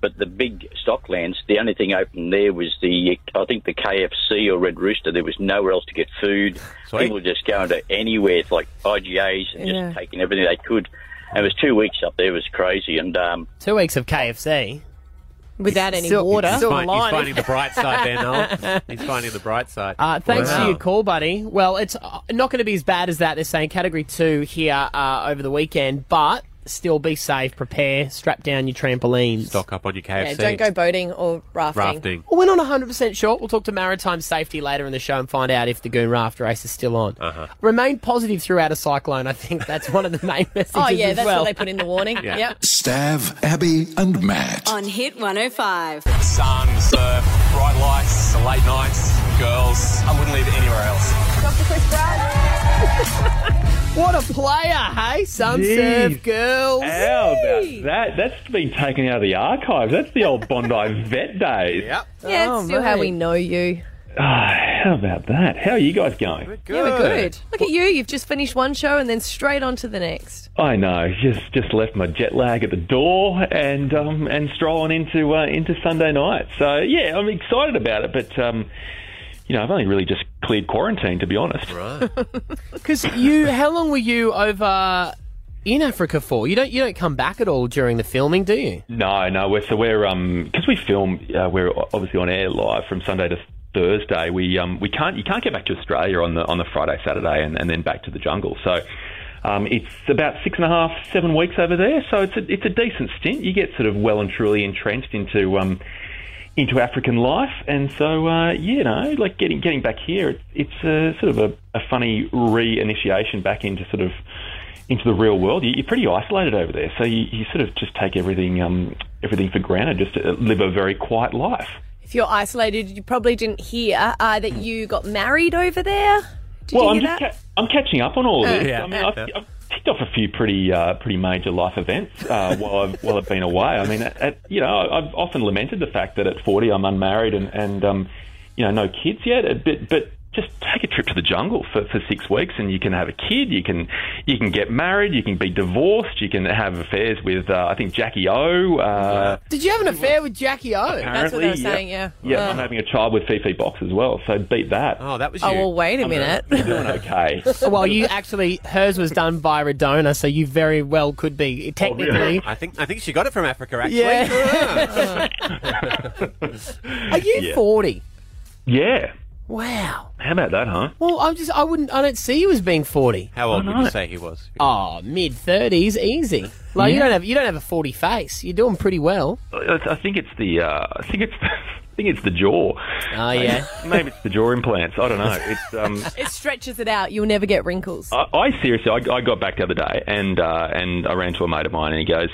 [SPEAKER 19] But the big Stocklands, the only thing open there was the, I think the KFC or Red Rooster. There was nowhere else to get food. People were just going to anywhere, it's like IGAs, and
[SPEAKER 1] Yeah.
[SPEAKER 19] just taking everything they could. And it was two weeks up there. It was crazy, and um,
[SPEAKER 1] Two weeks of KFC.
[SPEAKER 2] Without any
[SPEAKER 1] Still-
[SPEAKER 2] water.
[SPEAKER 1] He's Still fine- he's alive. finding
[SPEAKER 3] the bright side there, Noel. He's finding the bright side.
[SPEAKER 1] Uh, thanks
[SPEAKER 3] Wow.
[SPEAKER 1] for your call, buddy. Well, it's uh, not going to be as bad as that. They're saying category two here uh, over the weekend, but still be safe, prepare, strap down your trampolines. Stock
[SPEAKER 3] up on your
[SPEAKER 1] KFC.
[SPEAKER 2] Yeah, don't go boating or rafting.
[SPEAKER 1] Rafting. We're not 100% sure. We'll talk to maritime safety later in the show and find out if the Goon Raft race is still on. Uh-huh. Remain positive throughout a cyclone. I think that's one of the main messages.
[SPEAKER 2] Oh, yeah,
[SPEAKER 1] as
[SPEAKER 2] that's
[SPEAKER 1] well.
[SPEAKER 2] what they put in the warning.
[SPEAKER 1] Yeah.
[SPEAKER 2] Yep.
[SPEAKER 4] Stav, Abby, and Matt.
[SPEAKER 5] On Hit 105.
[SPEAKER 20] Sun, surf, bright lights, late nights, girls. I wouldn't leave it anywhere else.
[SPEAKER 1] Dr. Chris What a player, hey? Sunsurf
[SPEAKER 21] Jeez.
[SPEAKER 1] girls.
[SPEAKER 21] How about that? That's been taken out of the archives. That's the old Bondi vet days. Yep.
[SPEAKER 2] Yeah, it's
[SPEAKER 1] Oh,
[SPEAKER 2] still how
[SPEAKER 1] right.
[SPEAKER 2] we know you.
[SPEAKER 21] how about that? How are you guys going?
[SPEAKER 2] Yeah, we're good. Look at you. You've just finished one show and then straight on to the next.
[SPEAKER 21] I know. Just just left my jet lag at the door and um, and strolling into uh, into Sunday night. So yeah, I'm excited about it. But um, you know, I've only really just cleared quarantine to be honest. Right.
[SPEAKER 1] Because you, how long were you over in Africa for? You don't, you don't come back at all during the filming, do you?
[SPEAKER 21] No, no. We're, so we're um because we film uh, we're obviously on air live from Sunday to Thursday. We um we can't you can't get back to Australia on the on the Friday Saturday and, and then back to the jungle. So. Um, it's about six and a half, seven weeks over there, so it's a, it's a decent stint. You get sort of well and truly entrenched into um, into African life, and so uh, you know, like getting getting back here, it, it's a, sort of a, a funny re-initiation back into sort of into the real world. You, you're pretty isolated over there, so you, you sort of just take everything um, everything for granted, just to live a very quiet life.
[SPEAKER 2] If you're isolated, you probably didn't hear uh, that you got married over there. Did
[SPEAKER 21] well,
[SPEAKER 2] you
[SPEAKER 21] I'm
[SPEAKER 2] hear
[SPEAKER 21] just
[SPEAKER 2] that?
[SPEAKER 21] ca- I'm catching up on all of
[SPEAKER 2] Uh,
[SPEAKER 21] this.
[SPEAKER 2] yeah.
[SPEAKER 21] I mean, I've, I've ticked off a few pretty uh, pretty major life events uh, while I've while I've been away. I mean, at, at, you know, I've often lamented the fact that at 40 I'm unmarried and and um, you know no kids yet. uh, But but just take a trip to the jungle for, for six weeks and you can have a kid. You can you can get married. You can be divorced. You can have affairs with uh, I think Jackie O. Uh,
[SPEAKER 1] Did you have an affair with Jackie O?
[SPEAKER 21] That's what they were Apparently, yeah. saying, Yeah, I'm having a child with Fifi Box as well. So beat that. Oh, that
[SPEAKER 1] was Oh, you. well, wait a minute.
[SPEAKER 21] I'm doing okay.
[SPEAKER 1] well, you actually hers was done by Radona, so you very well could be technically.
[SPEAKER 3] Oh, I think I think she got it from Africa actually.
[SPEAKER 1] Yeah. Are you
[SPEAKER 3] Yeah.
[SPEAKER 1] forty?
[SPEAKER 21] Yeah.
[SPEAKER 1] Wow.
[SPEAKER 21] How about that, huh?
[SPEAKER 1] Well, I'm just I wouldn't I don't see you as being forty.
[SPEAKER 3] How old would you say he was?
[SPEAKER 1] Oh, mid thirties, easy. Like you
[SPEAKER 21] Yeah.
[SPEAKER 1] don't have you don't have a forty face. You're doing pretty well.
[SPEAKER 21] I I think it's the uh, I think it's I think it's the jaw.
[SPEAKER 1] Oh yeah.
[SPEAKER 21] Maybe it's the jaw implants. I don't know. It's um.
[SPEAKER 2] It stretches it out. You'll never get wrinkles.
[SPEAKER 21] I, I seriously, I, I got back the other day and uh, and I ran to a mate of mine and he goes,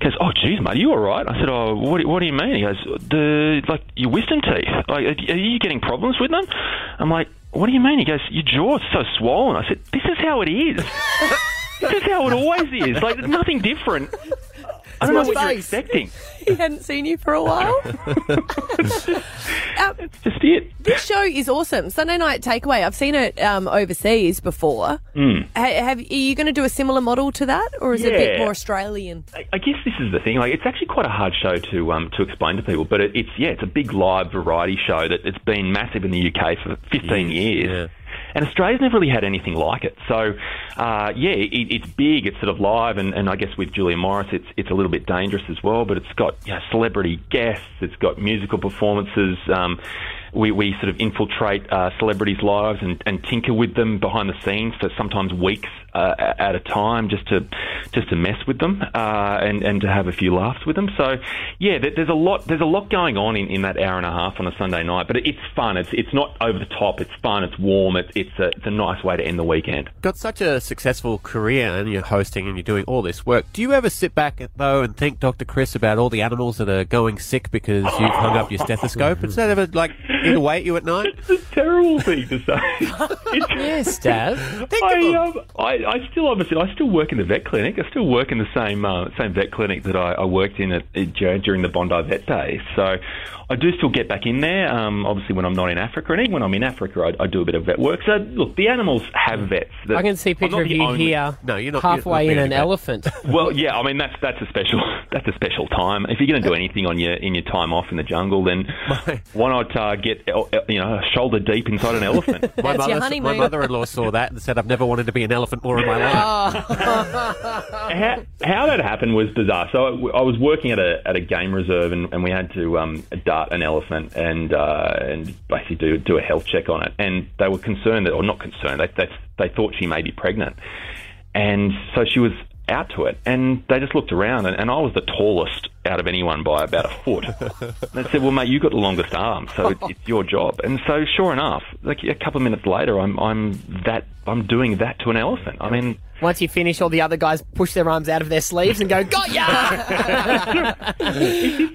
[SPEAKER 21] goes, oh geez, mate, are you all right? I said, oh, what, do- what do you mean? He goes, the like your wisdom teeth, like, are, are you getting problems with them? I'm like, what do you mean? He goes, your jaw's so swollen. I said, this is how it is. this is how it always is. Like there's nothing different. I don't know
[SPEAKER 2] His
[SPEAKER 21] what you're
[SPEAKER 2] face.
[SPEAKER 21] expecting.
[SPEAKER 2] he hadn't seen you for a while. Um,
[SPEAKER 21] Just it.
[SPEAKER 2] This show is awesome. Sunday Night Takeaway. I've seen it um, overseas before.
[SPEAKER 21] Mm.
[SPEAKER 2] Ha- have, are you going to do a similar model to that, or is it a bit
[SPEAKER 21] Yeah.
[SPEAKER 2] more Australian?
[SPEAKER 21] I guess this is the thing. Like, it's actually quite a hard show to um, to explain to people, but it, it's yeah, it's a big live variety show that it's been massive in the UK for 15 years, and Australia's never really had anything like it. So, uh, yeah, it, it's big. It's sort of live, and, and I guess with Julia Morris, it's it's a little bit dangerous as well. But it's got you know, celebrity guests. It's got musical performances. Um, we, we sort of infiltrate uh, celebrities' lives and, and tinker with them behind the scenes for sometimes weeks uh, a- at a time just to just to mess with them uh, and and to have a few laughs with them. So yeah, there, there's a lot there's a lot going on in, in that hour and a half on a Sunday night, but it, it's fun. It's it's not over the top. It's fun. It's warm. It, it's a it's a nice way to end the weekend.
[SPEAKER 3] Got such a successful career and you're hosting and you're doing all this work. Do you ever sit back though and think, Dr. Chris, about all the animals that are going sick because you've hung up your stethoscope? Is that ever like eat away at you at night?
[SPEAKER 21] It's a terrible thing to say.
[SPEAKER 1] yes, Dad.
[SPEAKER 21] I, um, I, I still obviously I still work in the vet clinic. I still work in the same uh, same vet clinic that I, I worked in at, at, dur- during the Bondi Vet Days. So I do still get back in there. Um, obviously, when I'm not in Africa, and even when I'm in Africa, I, I do a bit of vet work. So look, the animals have vets.
[SPEAKER 1] Mm. I can see a picture of you here
[SPEAKER 21] No, you're
[SPEAKER 1] halfway in an elephant.
[SPEAKER 21] well, yeah, I mean that's that's a special that's a special time. If you're going to do anything on your in your time off in the jungle, then why not uh, get el- el- you know shoulder deep inside an elephant?
[SPEAKER 3] My That's your mother- my honeymoon. mother-in-law
[SPEAKER 21] saw that and said, "I've never wanted to be an elephant more in my life." how, how that happened was bizarre. So I, I was working at a at a game reserve, and, and we had to um, dart an elephant and uh, and basically do do a health check on it. And they were concerned that, or not concerned, they they, they thought she may be pregnant, and so she was out to it. And they just looked around, and, and I was the tallest out of anyone by about a foot. And they said, "Well, mate, you got the longest arm, so it, it's your job." And so, sure enough, like a couple of minutes later, I'm I'm that I'm doing that to an elephant. I mean.
[SPEAKER 1] Once you finish, all the other guys push their arms out of their sleeves and go, Got ya!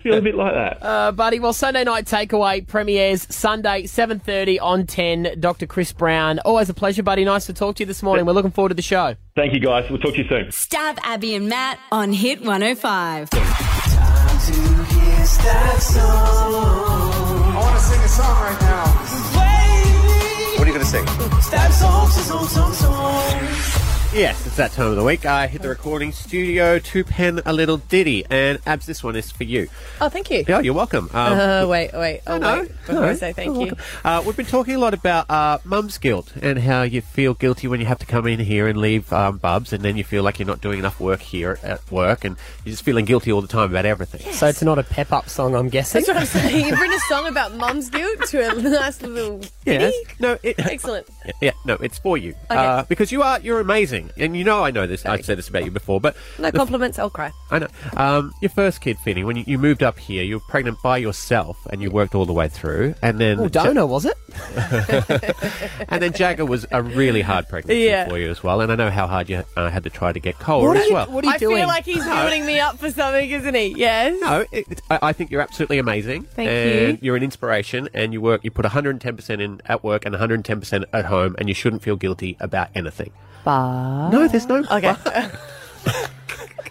[SPEAKER 21] feel a bit like that.
[SPEAKER 1] Uh, buddy, well, Sunday Night Takeaway premieres Sunday, 7.30 on 10. Dr. Chris Brown, always a pleasure, buddy. Nice to talk to you this morning. We're looking forward to the show.
[SPEAKER 21] Thank you, guys. We'll talk to you soon.
[SPEAKER 5] Stab Abby and Matt on Hit 105.
[SPEAKER 15] I want to sing a song right now.
[SPEAKER 3] What are you going to sing?
[SPEAKER 15] Stab song, song, song, song.
[SPEAKER 3] Yes, it's that time of the week. I hit the recording studio to pen a little ditty, and Abs, this one is for you.
[SPEAKER 2] Oh, thank you.
[SPEAKER 3] Yeah, you're welcome. Um,
[SPEAKER 2] Uh, wait, wait, oh,
[SPEAKER 3] no,
[SPEAKER 2] wait. Before I
[SPEAKER 3] no.
[SPEAKER 2] say
[SPEAKER 3] You're
[SPEAKER 2] thank you.
[SPEAKER 3] welcome. Uh, we've been talking a lot about uh, mum's guilt and how you feel guilty when you have to come in here and leave um, Bubs, and then you feel like you're not doing enough work here at- at work, and you're just feeling guilty all the time about everything.
[SPEAKER 1] So it's not a pep up song, I'm guessing.
[SPEAKER 2] That's what I'm saying. You've written a song about mum's guilt to a nice little.
[SPEAKER 3] Yes. No, it,
[SPEAKER 2] Excellent.
[SPEAKER 3] Yeah, Yeah, no, it's for you uh, because you are you're amazing, and you know I know this. I've said this about you before, but
[SPEAKER 2] No
[SPEAKER 3] the-
[SPEAKER 2] compliments, I'll cry.
[SPEAKER 3] I know. Um, your first kid, Finny, when you, you moved up here, you were pregnant by yourself, and you worked all the way through, and then
[SPEAKER 1] Oh, donor, was it?
[SPEAKER 3] and then Jagger was a really hard pregnancy
[SPEAKER 2] Yeah.
[SPEAKER 3] for you as well, and I know how hard you uh, had to try to get Cole
[SPEAKER 2] What are
[SPEAKER 3] as
[SPEAKER 2] you-
[SPEAKER 3] well.
[SPEAKER 2] what are you I feel doing? like he's building me up for something, isn't he? Yes.
[SPEAKER 3] No, it, it- I, I think you're absolutely amazing.
[SPEAKER 2] Thank
[SPEAKER 3] and
[SPEAKER 2] you.
[SPEAKER 3] You're an inspiration, and you work. You put 110 percent in at work and 110 percent at home, and you shouldn't feel guilty about anything.
[SPEAKER 2] Bah.
[SPEAKER 3] No, there's no.
[SPEAKER 2] Okay.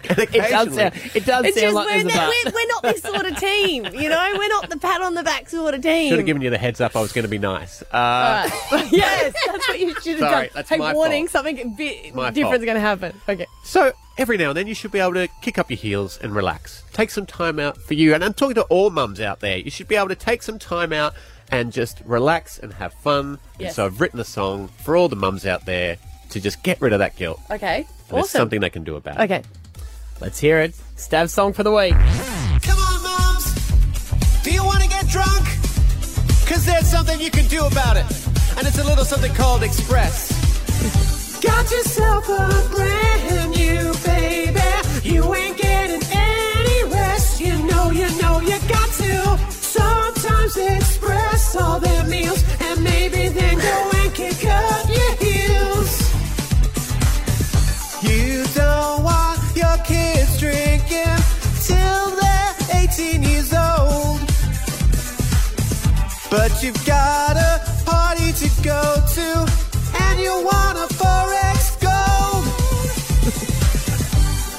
[SPEAKER 1] It does sound, it does
[SPEAKER 2] It's
[SPEAKER 1] sound
[SPEAKER 2] just
[SPEAKER 1] like
[SPEAKER 2] we're,
[SPEAKER 1] there's a
[SPEAKER 2] not-
[SPEAKER 1] but.
[SPEAKER 2] we're, we're not this sort of team, you know. We're not the pat on the back sort of team.
[SPEAKER 3] Should have given you the heads up. I was going to be nice. Uh,
[SPEAKER 2] Alright. yes, that's what you should have
[SPEAKER 3] Sorry,
[SPEAKER 2] done.
[SPEAKER 3] that's
[SPEAKER 2] hey,
[SPEAKER 3] my
[SPEAKER 2] warning,
[SPEAKER 3] fault.
[SPEAKER 2] something bit
[SPEAKER 3] My
[SPEAKER 2] different's
[SPEAKER 3] fault.
[SPEAKER 2] going to happen. Okay.
[SPEAKER 3] So every now and then you should be able to kick up your heels and relax. Take some time out for you. And I'm talking to all mums out there. You should be able to take some time out and just relax and have fun. And
[SPEAKER 2] Yes.
[SPEAKER 3] so I've written a song for all the mums out there to just get rid of that guilt.
[SPEAKER 2] Okay.
[SPEAKER 3] And
[SPEAKER 2] awesome.
[SPEAKER 3] There's something they can do about it.
[SPEAKER 2] Okay.
[SPEAKER 1] Let's hear it. Stav song for the week.
[SPEAKER 15] Come on, moms. Do you want to get drunk? Because there's something you can do about it. And it's a little something called Express. Got yourself a brand new baby. You ain't getting any rest. You know, you know, you got to sometimes express all their meals. And maybe then go and kick up your heels. You don't want your kids drinking till they're 18 years old. But you've got a party to go to, and you want a Forex gold.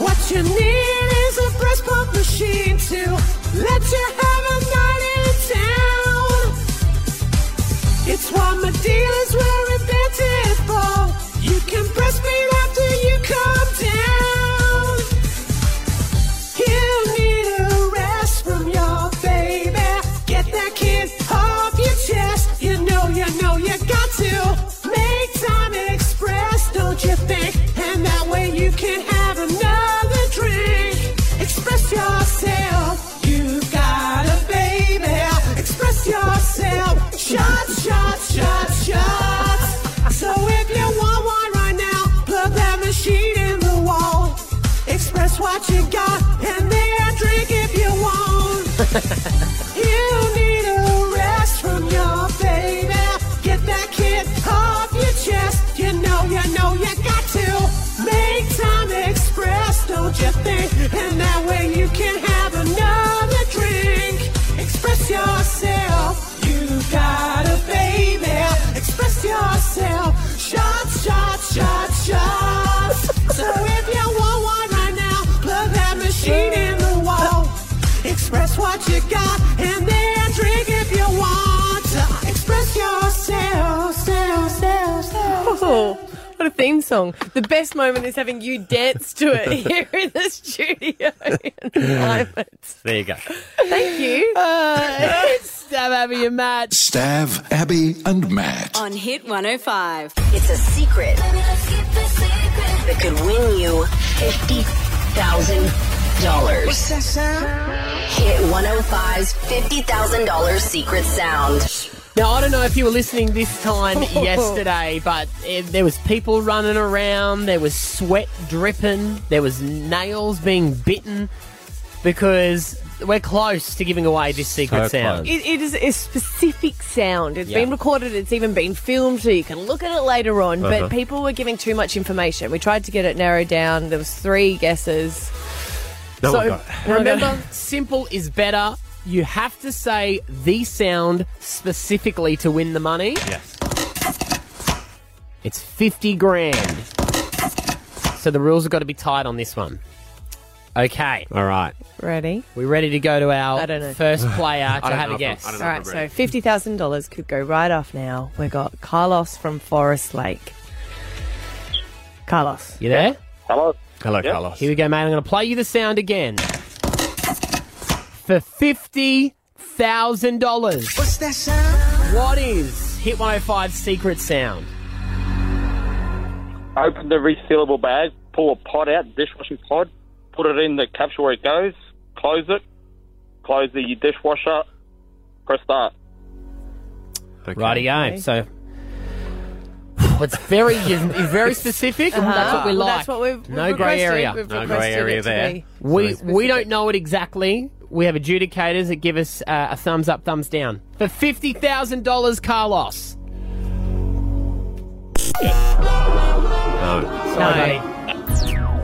[SPEAKER 15] what you need is a breast keen to let you have a night in town. It's what my dealers were invented for. You can press me after you come down. You need a rest from your baby. Get that kid off your chest. You know, you know, you got to make time express, don't you think? And that way you can have another drink. Express yourself. You've got a baby. Express yourself. Shot, shot, shot, shot. So if you want one right now, plug that machine in the wall. Express what you got and then drink if you want. you need a rest from your baby. Get that kid off your chest. You know, you know, you got to make time express, don't you think? And that way you can have another drink. Express yourself. You got a baby. Express yourself. Shots, shots, shots, shots. So if you want one right now, plug that machine in the wall. Express what you got and then drink if you want. Express yourself, self, self, self.
[SPEAKER 2] Oh, what a theme song. The best moment is having you dance to it here in the studio.
[SPEAKER 3] There you go.
[SPEAKER 2] Thank you.
[SPEAKER 1] Uh, it's Stab Abby and Matt.
[SPEAKER 4] Stav, Abby, and Matt.
[SPEAKER 5] on Hit 105.
[SPEAKER 22] It's a secret that could win you $50,000.
[SPEAKER 15] What's that sound?
[SPEAKER 22] Hit 105's $50,000 secret sound.
[SPEAKER 1] Now, I don't know if you were listening this time yesterday, but eh, there was people running around, there was sweat dripping, there was nails being bitten because we're close to giving away this secret sound.
[SPEAKER 2] It, it is a specific sound. It's
[SPEAKER 1] Yeah.
[SPEAKER 2] been recorded, it's even been filmed, so you can look at it later on.
[SPEAKER 1] Uh-huh.
[SPEAKER 2] But people were giving too much information. We tried to get it narrowed down. There was three guesses.
[SPEAKER 1] so
[SPEAKER 2] So, no one got
[SPEAKER 1] remember, simple is better. You have to say the sound specifically to win the money.
[SPEAKER 3] Yes.
[SPEAKER 1] It's 50 grand. So the rules have got to be tight on this one. Okay.
[SPEAKER 3] All right.
[SPEAKER 2] Ready?
[SPEAKER 1] We're ready to go to
[SPEAKER 2] I
[SPEAKER 1] our
[SPEAKER 2] don't know.
[SPEAKER 1] Oh, first player
[SPEAKER 2] I
[SPEAKER 1] to
[SPEAKER 2] don't
[SPEAKER 1] have
[SPEAKER 2] know
[SPEAKER 1] a
[SPEAKER 2] if I'm-
[SPEAKER 1] guess.
[SPEAKER 2] All right, so fifty thousand dollars could go right off now. We got Carlos from Forest Lake. Carlos,
[SPEAKER 1] You there?
[SPEAKER 8] Hello.
[SPEAKER 3] Hello,
[SPEAKER 1] Yep.
[SPEAKER 3] Carlos.
[SPEAKER 1] Here we go, mate. I'm going to play you the sound again. For $50,000.
[SPEAKER 15] What's that sound?
[SPEAKER 1] What is Hit 105's secret sound?
[SPEAKER 8] Open the refillable bag, pull a pod out, dishwashing pod, put it in the capsule where it goes, close it, close the dishwasher, press start.
[SPEAKER 3] Okay.
[SPEAKER 1] Rightio. So it's very it's very specific.
[SPEAKER 2] Uh-huh.
[SPEAKER 1] That's what we
[SPEAKER 2] Well,
[SPEAKER 1] like.
[SPEAKER 2] that's what we've-
[SPEAKER 1] no
[SPEAKER 2] we've
[SPEAKER 1] grey
[SPEAKER 2] requested.
[SPEAKER 1] area.
[SPEAKER 2] We've No grey requested area it to there. be
[SPEAKER 1] We we don't know it exactly. We have adjudicators that give us uh, a thumbs up, thumbs down for fifty thousand dollars, Carlos.
[SPEAKER 3] No.
[SPEAKER 1] Sorry,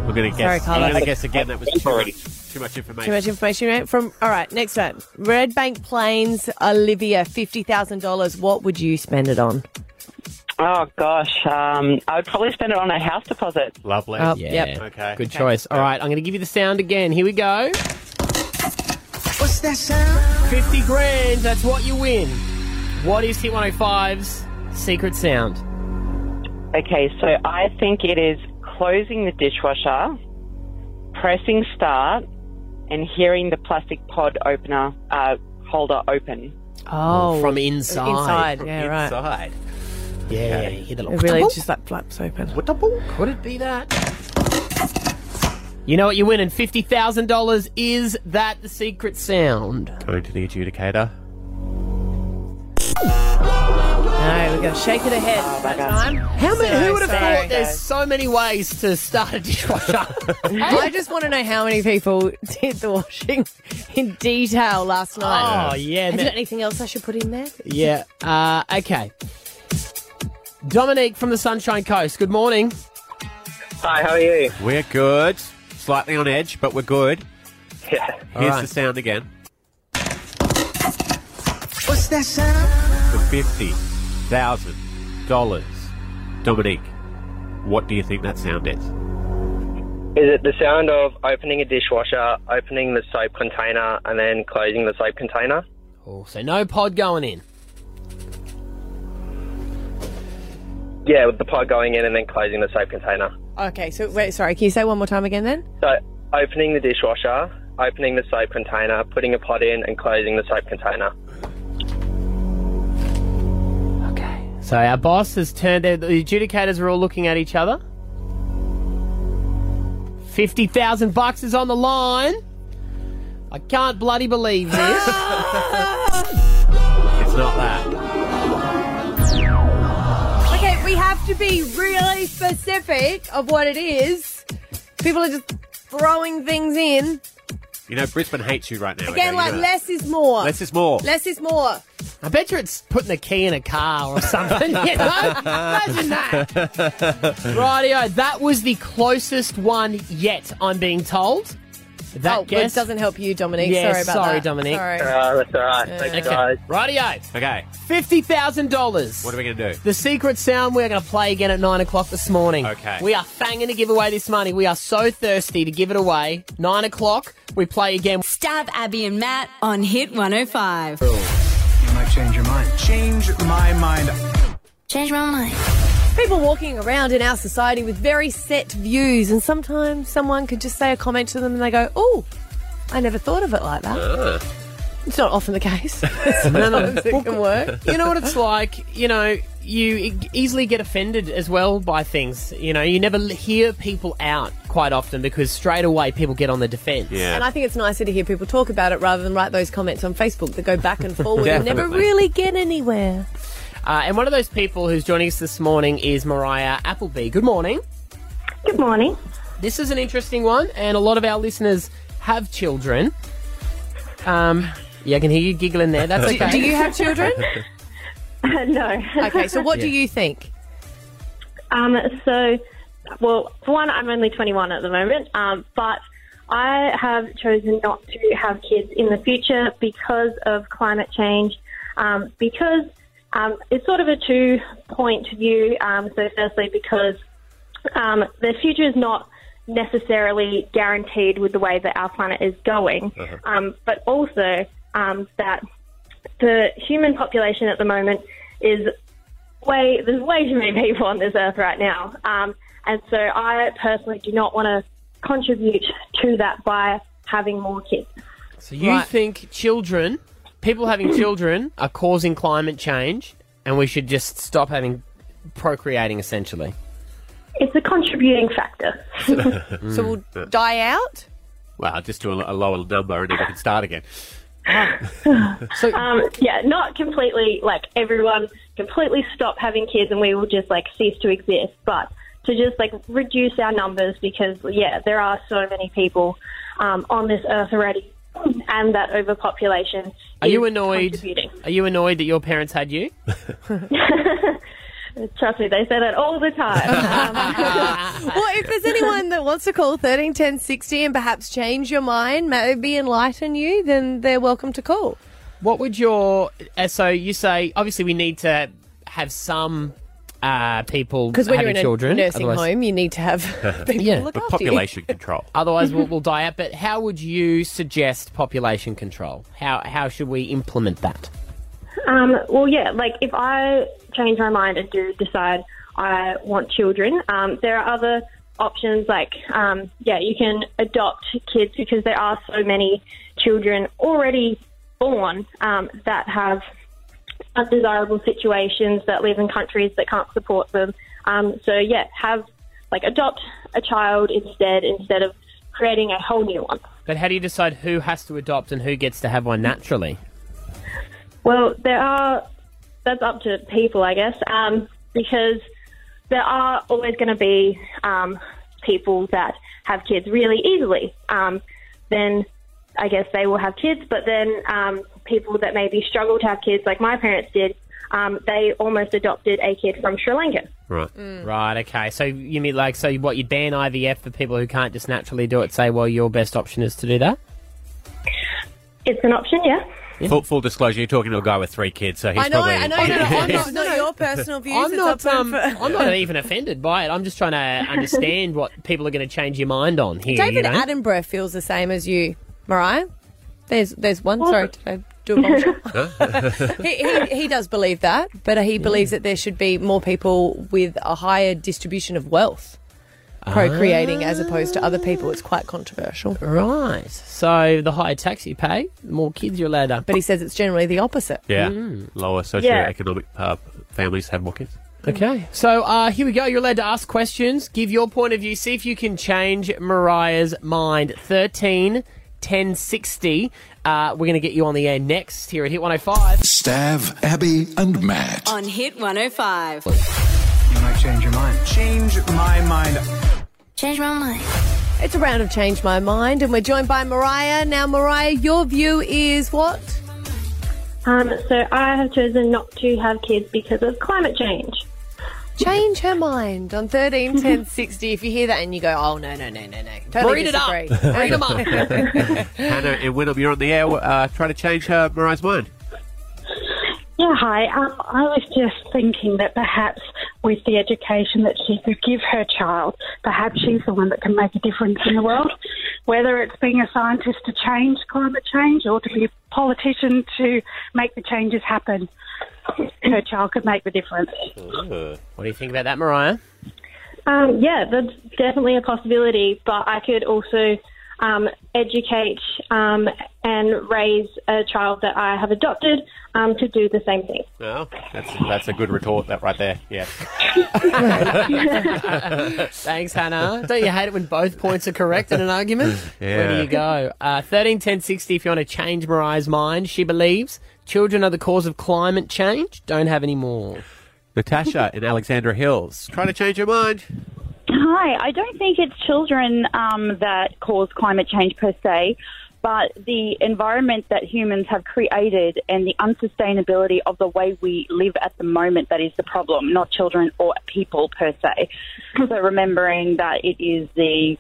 [SPEAKER 3] We're going to guess.
[SPEAKER 2] Sorry, Carlos.
[SPEAKER 3] I'm going to guess again. That was too much, too much information.
[SPEAKER 2] too much information. Right? From all right, next one. Red Bank Plains, Olivia, fifty thousand dollars. What would you spend it on?
[SPEAKER 23] Oh gosh, um, I would probably spend it on a house deposit.
[SPEAKER 3] Lovely.
[SPEAKER 2] Oh,
[SPEAKER 1] yeah.
[SPEAKER 2] yep.
[SPEAKER 3] Okay.
[SPEAKER 1] Good choice. All right, I'm going to give you the sound again. Here we go.
[SPEAKER 15] What's that sound?
[SPEAKER 1] 50 grand, that's what you win. What is Hit 105's secret sound?
[SPEAKER 23] Okay, so I think it is closing the dishwasher, pressing start, and hearing the plastic pod opener uh, holder open.
[SPEAKER 2] Oh,
[SPEAKER 1] From inside.
[SPEAKER 2] Inside, yeah, right.
[SPEAKER 3] Inside.
[SPEAKER 1] Yeah, you hear the
[SPEAKER 2] It
[SPEAKER 1] little.
[SPEAKER 2] really just like flaps open.
[SPEAKER 3] What double?
[SPEAKER 1] Could it be that? You know what you're winning? $50,000. Is that the secret sound?
[SPEAKER 3] Going to the adjudicator.
[SPEAKER 2] No, we've got to shake it ahead.
[SPEAKER 1] How many,
[SPEAKER 2] So
[SPEAKER 1] who would have
[SPEAKER 2] sorry,
[SPEAKER 1] thought there's so many ways to start a dishwasher?
[SPEAKER 2] I just want to know how many people did the washing in detail last night.
[SPEAKER 1] Oh, yeah,
[SPEAKER 2] Have
[SPEAKER 1] that-
[SPEAKER 2] you got anything else I should put in there?
[SPEAKER 1] yeah, uh, okay. Dominique from the Sunshine Coast, good morning.
[SPEAKER 23] Hi, how are you?
[SPEAKER 3] We're good. Slightly on edge, but we're good.
[SPEAKER 23] Yeah.
[SPEAKER 3] Here's
[SPEAKER 1] right.
[SPEAKER 3] the sound again.
[SPEAKER 15] What's that sound?
[SPEAKER 3] For fifty thousand dollars, Dominique, what do you think that sound is?
[SPEAKER 6] Is it the sound of opening a dishwasher, opening the soap container, and then closing the soap container?
[SPEAKER 1] Oh, so no pod going in.
[SPEAKER 6] Yeah, with the pod going in and then closing the soap container.
[SPEAKER 2] Okay, so wait, sorry, can you say one more time again then?
[SPEAKER 6] So opening the dishwasher, opening the soap container, putting a pod in, and closing the soap container.
[SPEAKER 1] So our boss has turned. The adjudicators are all looking at each other. Fifty thousand bucks is on the line. I can't bloody believe this.
[SPEAKER 3] It's not that.
[SPEAKER 2] Okay, we have to be really specific of what it is. People are just throwing things in.
[SPEAKER 3] You know, Brisbane hates you right now.
[SPEAKER 2] Again, like less is more.
[SPEAKER 3] Less is more.
[SPEAKER 2] Less is more.
[SPEAKER 1] I bet you it's putting a key in a car or something. you know? Imagine that. Rightio, that was the closest one yet. I'm being told. That
[SPEAKER 2] oh, well,
[SPEAKER 1] guess
[SPEAKER 2] it doesn't help you, Dominique.
[SPEAKER 1] Yeah,
[SPEAKER 2] sorry about
[SPEAKER 1] sorry,
[SPEAKER 2] that.
[SPEAKER 1] Dominique.
[SPEAKER 2] Sorry.
[SPEAKER 6] Uh, that's all right.
[SPEAKER 1] Yeah.
[SPEAKER 6] Thanks,
[SPEAKER 1] Okay.
[SPEAKER 6] guys.
[SPEAKER 1] Rightio.
[SPEAKER 3] Okay.
[SPEAKER 1] Fifty thousand dollars.
[SPEAKER 3] What are we going to do?
[SPEAKER 1] The secret sound we're going to play again at nine o'clock this morning.
[SPEAKER 3] Okay.
[SPEAKER 1] We are fanging to give away this money. We are so thirsty to give it away. Nine o'clock, we play again.
[SPEAKER 5] Stab Abby and Matt on Hit 105.
[SPEAKER 24] You might change your mind. Change my mind.
[SPEAKER 2] Change my mind. People walking around in our society with very set views, and sometimes someone could just say a comment to them and they go, Oh, I never thought of it like that. It's not often the case.
[SPEAKER 1] No, no,
[SPEAKER 2] Sometimes it can work.
[SPEAKER 1] You know what it's like? You know, you e- easily get offended as well by things. You know, you never l- hear people out quite often because straight away people get on the defense.
[SPEAKER 2] And I think it's nicer to hear people talk about it rather than write those comments on Facebook that go back and forward and never
[SPEAKER 1] Definitely.
[SPEAKER 2] really get anywhere.
[SPEAKER 1] Uh, and one of those people who's joining us this morning is Mariah Appleby. Good morning.
[SPEAKER 24] Good morning.
[SPEAKER 1] This is an interesting one, and a lot of our listeners have children. Um, yeah, I can hear you giggling there. That's
[SPEAKER 2] Do-
[SPEAKER 1] okay.
[SPEAKER 2] do you have children?
[SPEAKER 24] no.
[SPEAKER 2] Okay, so what do
[SPEAKER 1] Yeah.
[SPEAKER 2] you think?
[SPEAKER 24] Um, so, well, for one, I'm only 21 at the moment, um, but I have chosen not to have kids in the future because of climate change, um, because um, it's sort of a two point view. Um, so, firstly, because um, the future is not necessarily guaranteed with the way that our planet is going, um, but also um, that the human population at the moment is way there's way too many people on this earth right now, um, and so I personally do not want to contribute to that by having more kids.
[SPEAKER 1] So you think children, people having children, are causing climate change, and we should just stop having procreating, essentially?
[SPEAKER 24] It's a contributing factor.
[SPEAKER 3] Mm.
[SPEAKER 2] So we'll die out.
[SPEAKER 3] Uh, Well, just do a, a lower number and then we can start again.
[SPEAKER 24] um, yeah, not completely like everyone completely stop having kids and we will just like cease to exist, but to just like reduce our numbers because yeah, there are so many people um, on this earth already, and that overpopulation.
[SPEAKER 1] Are
[SPEAKER 24] is
[SPEAKER 1] you annoyed?
[SPEAKER 24] contributing.
[SPEAKER 1] Are you annoyed that your parents had you?
[SPEAKER 24] Trust me, they say that all the time. Um,
[SPEAKER 2] well, if there's anyone that wants to call 13 10 60 and perhaps change your mind, maybe enlighten you, then they're welcome to call.
[SPEAKER 1] What would your uh, so you say? Obviously, we need to have some uh, people
[SPEAKER 2] Because when
[SPEAKER 1] having
[SPEAKER 2] you're in a
[SPEAKER 1] children.
[SPEAKER 2] nursing
[SPEAKER 1] otherwise-
[SPEAKER 2] home, you need to have people
[SPEAKER 1] Yeah.
[SPEAKER 2] look
[SPEAKER 1] But
[SPEAKER 2] after
[SPEAKER 3] Population control.
[SPEAKER 1] Otherwise, we'll, we'll die out. But how would you suggest population control? How how should we implement that?
[SPEAKER 24] Um, well, yeah, like if I change my mind and do decide I want children, um, there are other options like, um, yeah, you can adopt kids because there are so many children already born um, that have undesirable situations that live in countries that can't support them. Um, so, yeah, have like adopt a child instead instead of creating a whole new one.
[SPEAKER 1] But how do you decide who has to adopt and who gets to have one naturally?
[SPEAKER 24] Well, there are. That's up to people, I guess, um, because there are always going to be um, people that have kids really easily. Um, then I guess they will have kids, but then um, people that maybe struggle to have kids, like my parents did, um, they almost adopted a kid from Sri Lanka.
[SPEAKER 3] Right.
[SPEAKER 1] Right. Okay. So you mean like so? What you ban IVF for people who can't just naturally do it? Say, well, your best option is to do that.
[SPEAKER 24] It's an option, yeah.
[SPEAKER 3] Full, full disclosure, you're talking to a guy with three kids, so he's
[SPEAKER 24] I know,
[SPEAKER 3] probably.
[SPEAKER 24] I know, no, no, I'm
[SPEAKER 2] you. No, no, your personal views.
[SPEAKER 1] I'm
[SPEAKER 2] It's
[SPEAKER 1] not.
[SPEAKER 2] open
[SPEAKER 1] Um,
[SPEAKER 2] for-
[SPEAKER 1] I'm not even offended by it. I'm just trying to understand what people are going to change your mind on here.
[SPEAKER 2] David
[SPEAKER 1] you know?
[SPEAKER 2] Attenborough feels the same as you, Mariah. There's there's one. Sorry, did I do a bombshell? he, he, he does believe that, but he believes that there should be more people with a higher distribution of wealth procreating as opposed to other people. It's quite controversial.
[SPEAKER 1] Right. So the higher tax you pay, the more kids you're allowed to. Mm.
[SPEAKER 2] But he says it's generally the opposite.
[SPEAKER 3] Yeah. Lower socioeconomic uh, families have more kids.
[SPEAKER 1] Okay. So uh, here we go. You're allowed to ask questions, give your point of view, see if you can change Mariah's mind. 13 10 60. Uh, we're going to get you on the air next here at Hit 105.
[SPEAKER 4] Stav, Abby, and Matt.
[SPEAKER 5] On Hit 105.
[SPEAKER 4] You might change your mind.
[SPEAKER 2] Change my mind.
[SPEAKER 5] Change my mind.
[SPEAKER 2] It's a round of Change My Mind, and we're joined by Mariah. Now, Mariah, your view is what?
[SPEAKER 24] Um, so I have chosen not to have kids because of climate change.
[SPEAKER 2] Change her mind on 13 10 60. If you hear that and you go, oh, no, no, no, no, no. Totally
[SPEAKER 1] Read it up.
[SPEAKER 2] disagree.
[SPEAKER 1] Read 'em up.
[SPEAKER 3] Hannah and Winham, you're on the air. Uh, trying to change her Mariah's mind.
[SPEAKER 7] Yeah, hi. Um, I was just thinking that perhaps with the education that she could give her child, perhaps she's the one that can make a difference in the world. Whether it's being a scientist to change climate change or to be a politician to make the changes happen, her child could make the difference.
[SPEAKER 1] What do you think about that, Mariah?
[SPEAKER 24] Um, yeah, that's definitely a possibility, but I could also um, educate um, and raise a child that I have adopted um, to do the same thing.
[SPEAKER 3] Well, that's that's a good retort, that right there. Yeah.
[SPEAKER 1] Thanks, Hannah. Don't you hate it when both points are correct in an argument?
[SPEAKER 3] Yeah.
[SPEAKER 1] Where do you go? Uh, 13 10 60 if you want to change Mariah's mind. She believes children are the cause of climate change. Don't have any more.
[SPEAKER 3] Natasha in Alexandra Hills. Trying to change her mind.
[SPEAKER 7] Hi, I don't think it's children um, that cause climate change per se, but the environment that humans have created and the unsustainability of the way we live at the moment that is the problem, not children or people per se. so remembering that it is the,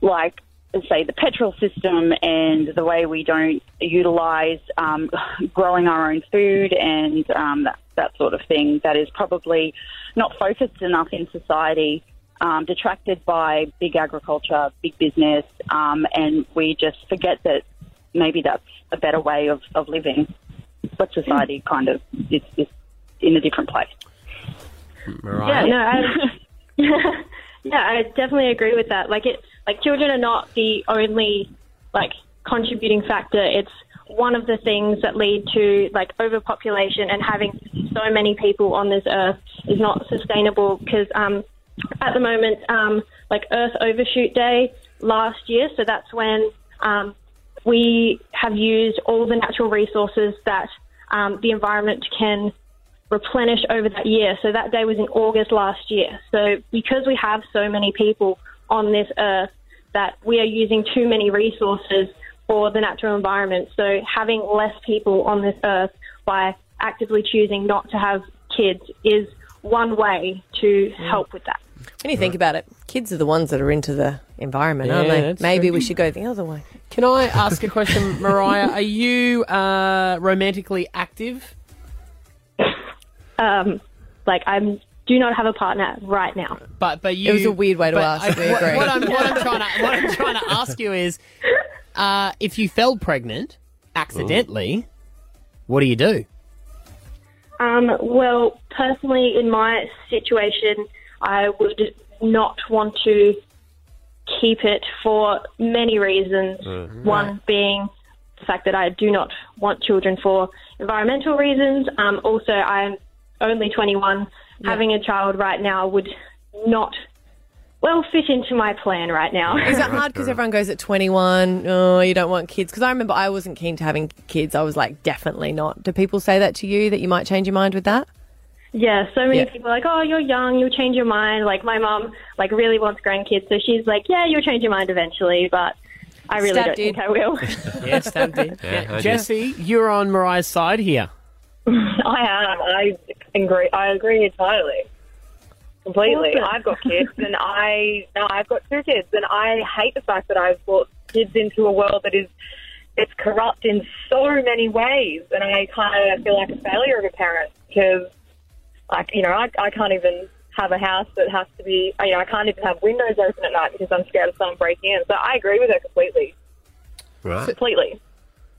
[SPEAKER 7] like, say the petrol system and the way we don't utilize um, growing our own food and um, that, that sort of thing that is probably not focused enough in society, um, detracted by big agriculture, big business, um, and we just forget that maybe that's a better way of, of living. But society kind of is, is in a different place.
[SPEAKER 24] Yeah, no, I, Um, yeah, I definitely agree with that. Like it, like children are not the only like contributing factor. It's one of the things that lead to like overpopulation and having so many people on this earth is not sustainable because um, at the moment, um, like Earth Overshoot Day last year, so that's when um, we have used all the natural resources that um, the environment can replenish over that year. So that day was in August last year. So because we have so many people on this earth, that we are using too many resources for the natural environment. So having less people on this earth by actively choosing not to have kids is one way to help with that.
[SPEAKER 2] When you think about it, kids are the ones that are into the environment, aren't
[SPEAKER 1] Yeah,
[SPEAKER 2] they?
[SPEAKER 1] that's
[SPEAKER 2] Maybe
[SPEAKER 1] true.
[SPEAKER 2] we should go the other way.
[SPEAKER 1] Can I ask a question, Mariah? Are you uh, romantically active?
[SPEAKER 24] Um, like I'm do not have a partner right now.
[SPEAKER 1] But but you
[SPEAKER 24] was a weird way to
[SPEAKER 1] but
[SPEAKER 24] ask, we
[SPEAKER 1] what,
[SPEAKER 24] agree.
[SPEAKER 1] what I'm, what I'm trying to what I'm trying to ask you is, uh, if you fell pregnant accidentally, what do you do?
[SPEAKER 24] Um, well, personally, in my situation, I would not want to keep it for many reasons. One being the fact that I do not want children for environmental reasons. Um, also, I'm only 21. Having a child right now would not well fit into my plan right now.
[SPEAKER 2] Is it hard because everyone goes at 21? Oh, you don't want kids? Because I remember I wasn't keen to having kids. I was like, definitely not. Do people say that to you that you might change your mind with that?
[SPEAKER 24] Yeah, so many
[SPEAKER 2] Yeah.
[SPEAKER 24] people are like, oh, you're young, you'll change your mind. Like my mom, like really wants grandkids, so she's like, yeah, you'll change your mind eventually, but I really
[SPEAKER 2] Stab
[SPEAKER 24] don't
[SPEAKER 2] did.
[SPEAKER 24] think I will.
[SPEAKER 1] Yes, that did.
[SPEAKER 3] Yeah, I did.
[SPEAKER 1] Jesse, you're on Mariah's side here.
[SPEAKER 25] I am. I agree. I agree entirely, completely.
[SPEAKER 12] Awesome.
[SPEAKER 25] I've got kids, and I no, I've got two kids, and I hate the fact that I've brought kids into a world that is it's corrupt in so many ways, and I kind of feel like a failure of a parent because like you know, I, I can't even have a house that has to be, you know, I can't even have windows open at night because I'm scared of someone breaking in. So I agree with her completely,
[SPEAKER 3] Right.
[SPEAKER 25] completely.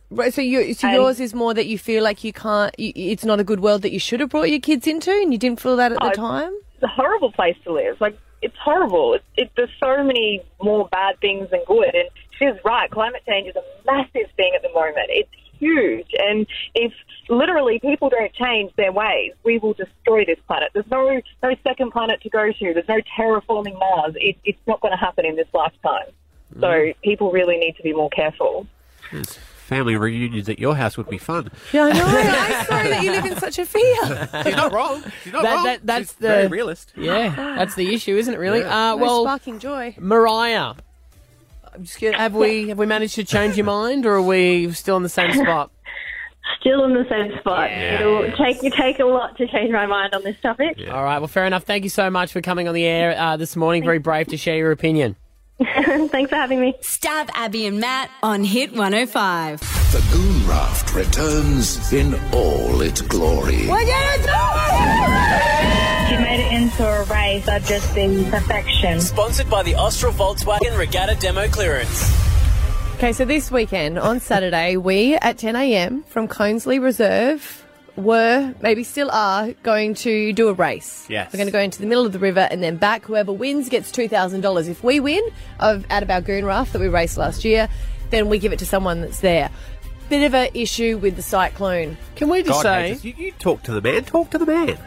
[SPEAKER 2] Right, so you, so
[SPEAKER 25] And-
[SPEAKER 2] yours is more that you feel like you can't. You, it's not a good world that you should have brought your kids into, and you didn't feel that at the
[SPEAKER 25] Oh,
[SPEAKER 2] time.
[SPEAKER 25] It's a horrible place to live. Like it's horrible. It, it, there's so many more bad things than good. And she's right. Climate change is a massive thing at the moment. It's huge. And if literally people don't change their ways, we will destroy this planet. There's no no second planet to go to. There's no terraforming Mars. It, it's not going to happen in this lifetime. So
[SPEAKER 2] Mm-hmm.
[SPEAKER 25] people really need to be more careful.
[SPEAKER 3] Yes. Family reunions at your house would be fun.
[SPEAKER 2] Yeah, I know. I'm sorry that you live in such a fear.
[SPEAKER 3] She's not wrong. She's not
[SPEAKER 1] That-
[SPEAKER 3] wrong.
[SPEAKER 1] that- that's
[SPEAKER 3] She's
[SPEAKER 1] the
[SPEAKER 3] very realist.
[SPEAKER 1] Yeah, that's the issue, isn't it? Really?
[SPEAKER 2] Yeah.
[SPEAKER 1] Uh,
[SPEAKER 2] No
[SPEAKER 1] well,
[SPEAKER 2] sparking joy.
[SPEAKER 1] Mariah, I'm just gonna- have we have we managed to change your mind, or are we still in the same spot?
[SPEAKER 25] Still in the same spot.
[SPEAKER 1] Yeah.
[SPEAKER 25] It'll take you take a lot to change my mind on this topic.
[SPEAKER 1] All right. Well, fair enough. Thank you so much for coming on the air uh, this morning. Very brave to share your opinion.
[SPEAKER 5] Thanks for having me. Stab Abby and Matt on Hit 105.
[SPEAKER 4] The Goon Raft returns in all its glory.
[SPEAKER 13] If you made it into a race, I'd just be perfection.
[SPEAKER 16] Sponsored by the Austral Volkswagen Regatta Demo Clearance.
[SPEAKER 2] Okay, so this weekend on Saturday, we at 10 a.m. from Conesley Reserve were, maybe still are, going to do a race.
[SPEAKER 3] Yes.
[SPEAKER 2] We're going to go into the middle of the river and then back. Whoever wins gets $2,000. If we win of, out of our goon raft that we raced last year, then we give it to someone that's there. Bit of a issue with the cyclone.
[SPEAKER 1] Can we
[SPEAKER 3] God hates us. you, you talk to the man. Talk to the man.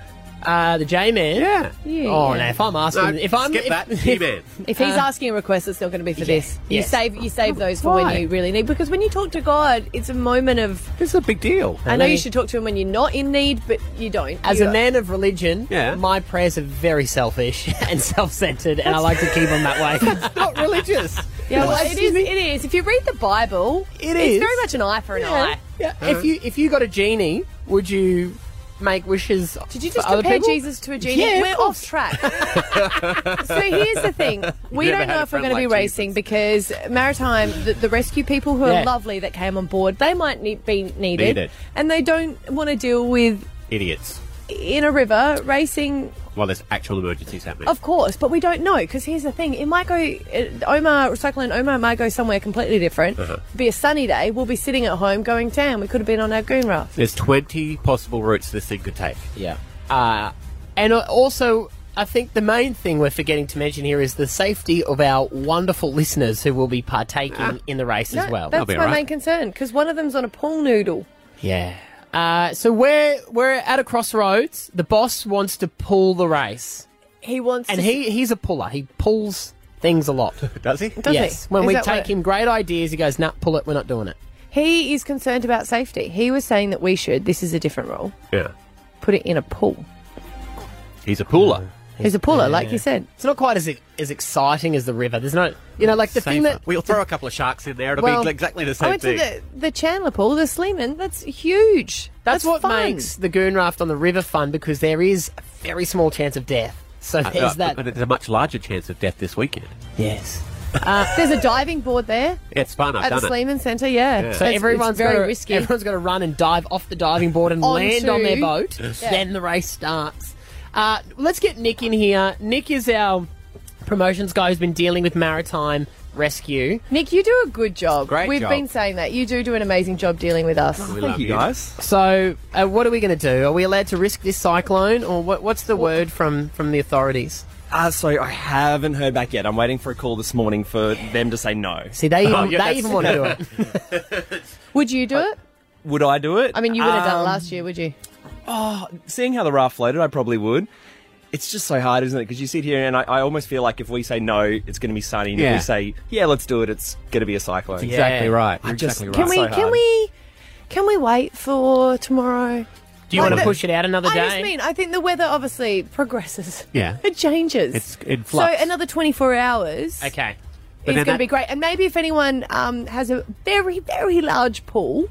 [SPEAKER 1] Uh, the J man.
[SPEAKER 3] Yeah.
[SPEAKER 2] Yeah.
[SPEAKER 1] Oh, now if I'm asking,
[SPEAKER 3] No,
[SPEAKER 1] if I'm
[SPEAKER 3] skip
[SPEAKER 1] if,
[SPEAKER 3] that. G-Man.
[SPEAKER 2] If he's
[SPEAKER 1] Uh,
[SPEAKER 2] asking a request, it's not going to be for this. You
[SPEAKER 1] yes.
[SPEAKER 2] save you save those for
[SPEAKER 1] Why?
[SPEAKER 2] when you really need because when you talk to God, it's a moment of.
[SPEAKER 3] It's a big deal.
[SPEAKER 2] I know you should talk to Him when you're not in need, but you don't.
[SPEAKER 1] As
[SPEAKER 2] You-
[SPEAKER 1] a man of religion,
[SPEAKER 3] Yeah.
[SPEAKER 1] my prayers are very selfish and self-centered, and I like to keep them that way.
[SPEAKER 3] not religious.
[SPEAKER 2] yeah, well, it is. It is. If you read the Bible,
[SPEAKER 1] It
[SPEAKER 2] it's
[SPEAKER 1] is.
[SPEAKER 2] very much an eye for an
[SPEAKER 1] Yeah,
[SPEAKER 2] eye.
[SPEAKER 1] yeah. If you if you got a genie, would you make wishes?
[SPEAKER 2] Did you just
[SPEAKER 1] for other
[SPEAKER 2] compare
[SPEAKER 1] people?
[SPEAKER 2] Jesus to a genie?
[SPEAKER 1] Yeah, of
[SPEAKER 2] we're off track. so here's the thing: we
[SPEAKER 1] never had
[SPEAKER 2] don't
[SPEAKER 1] a
[SPEAKER 2] know if we're
[SPEAKER 1] friend
[SPEAKER 2] going to be
[SPEAKER 1] like
[SPEAKER 2] racing because maritime, the, the rescue people who
[SPEAKER 1] Yeah.
[SPEAKER 2] are lovely that came on board, they might need, be needed,
[SPEAKER 3] Needed.
[SPEAKER 2] and they don't want to deal with
[SPEAKER 3] Idiots.
[SPEAKER 2] in a river racing
[SPEAKER 3] Well, there's actual emergencies happening.
[SPEAKER 2] Of course, but we don't know because here's the thing: it might go uh, Omar Cyclone Omar might go somewhere completely different.
[SPEAKER 3] Uh-huh.
[SPEAKER 2] Be a sunny day. We'll be sitting at home going, "Damn, we could have been on our goon raft."
[SPEAKER 3] There's 20 possible routes this thing could take.
[SPEAKER 1] Yeah. Uh, and uh, also, I think the main thing we're forgetting to mention here is the safety of our wonderful listeners who will be partaking in the race as well.
[SPEAKER 2] That's my main concern because one of them's on a pool noodle.
[SPEAKER 1] Yeah. Uh, so we're we're at a crossroads. The boss wants to pull the race,
[SPEAKER 2] He wants
[SPEAKER 1] and
[SPEAKER 2] to
[SPEAKER 1] he he's a puller. He pulls things a lot.
[SPEAKER 3] Does he?
[SPEAKER 2] he?
[SPEAKER 1] yes. When
[SPEAKER 2] Is
[SPEAKER 1] we
[SPEAKER 2] that
[SPEAKER 1] take
[SPEAKER 2] what-
[SPEAKER 1] him great ideas, he goes, "Nah, pull it. We're not doing it."
[SPEAKER 2] He is concerned about safety. He was saying that we should. This is a different rule.
[SPEAKER 3] Yeah.
[SPEAKER 2] Put it in a pool.
[SPEAKER 3] He's a pooler.
[SPEAKER 2] He's a puller, like you said.
[SPEAKER 1] It's not quite as e- as exciting as the river. There's no, you know, like the thing that
[SPEAKER 3] We'll throw a couple of sharks in there. It'll
[SPEAKER 1] Well,
[SPEAKER 3] be exactly the
[SPEAKER 2] I
[SPEAKER 3] same
[SPEAKER 2] went
[SPEAKER 3] thing.
[SPEAKER 2] to the, the Chandler pool, the Sleeman. That's huge.
[SPEAKER 1] That's, what
[SPEAKER 2] fun.
[SPEAKER 1] makes the goon raft on the river fun because there is a very small chance of death. So
[SPEAKER 3] Uh,
[SPEAKER 1] there's
[SPEAKER 3] uh,
[SPEAKER 1] that.
[SPEAKER 3] But it's a much larger chance of death this weekend.
[SPEAKER 1] Yes.
[SPEAKER 2] Uh, there's a diving board there
[SPEAKER 3] It's fun. I've
[SPEAKER 2] at the
[SPEAKER 3] done it.
[SPEAKER 2] Sleeman Centre. Yeah.
[SPEAKER 3] Yeah. So
[SPEAKER 1] So
[SPEAKER 2] It's-
[SPEAKER 1] everyone's
[SPEAKER 2] it's very
[SPEAKER 1] gotta,
[SPEAKER 2] risky.
[SPEAKER 1] Everyone's got to run and dive off the diving board and
[SPEAKER 2] Onto-
[SPEAKER 1] land on their boat.
[SPEAKER 2] Yeah.
[SPEAKER 1] Then the race starts. Uh, let's get Nick in here. Nick is our promotions guy who's been dealing with maritime rescue.
[SPEAKER 2] Nick, you do a good job.
[SPEAKER 1] Great
[SPEAKER 2] We've
[SPEAKER 1] job.
[SPEAKER 2] been saying that. You do do an amazing job dealing with us.
[SPEAKER 1] So, uh, what are we going to do? Are we allowed to risk this cyclone, or what, what's the word from from the authorities?
[SPEAKER 16] Uh, so I haven't heard back yet. I'm waiting for a call this morning for them to say no. Oh,
[SPEAKER 1] See, they even, they even want to do it.
[SPEAKER 2] Would you do it?
[SPEAKER 16] Would I do it?
[SPEAKER 2] I mean, you would have done it
[SPEAKER 16] Um,
[SPEAKER 2] last year, would you?
[SPEAKER 16] Oh, seeing how the raft floated, I probably would. It's just so hard, isn't it? Because you sit here and I, I almost feel like if we say no, it's going to be sunny. And
[SPEAKER 3] Yeah.
[SPEAKER 16] if we say, yeah, let's do it, it's going to be a cyclone.
[SPEAKER 3] That's exactly Yeah. right.
[SPEAKER 16] I
[SPEAKER 3] You're
[SPEAKER 16] just-
[SPEAKER 3] exactly
[SPEAKER 2] Can
[SPEAKER 16] it's
[SPEAKER 2] we?
[SPEAKER 16] so
[SPEAKER 2] Can
[SPEAKER 16] hard.
[SPEAKER 2] we? Can we wait for tomorrow?
[SPEAKER 1] Do you
[SPEAKER 2] Like
[SPEAKER 1] want to
[SPEAKER 2] the-
[SPEAKER 1] push it out another
[SPEAKER 2] I
[SPEAKER 1] day?
[SPEAKER 2] just mean, I think the weather obviously progresses.
[SPEAKER 3] Yeah.
[SPEAKER 2] It changes.
[SPEAKER 3] It's in flux.
[SPEAKER 2] So another 24 hours.
[SPEAKER 1] okay.
[SPEAKER 2] It's going to be great. And maybe if anyone um, has a very, very large pool,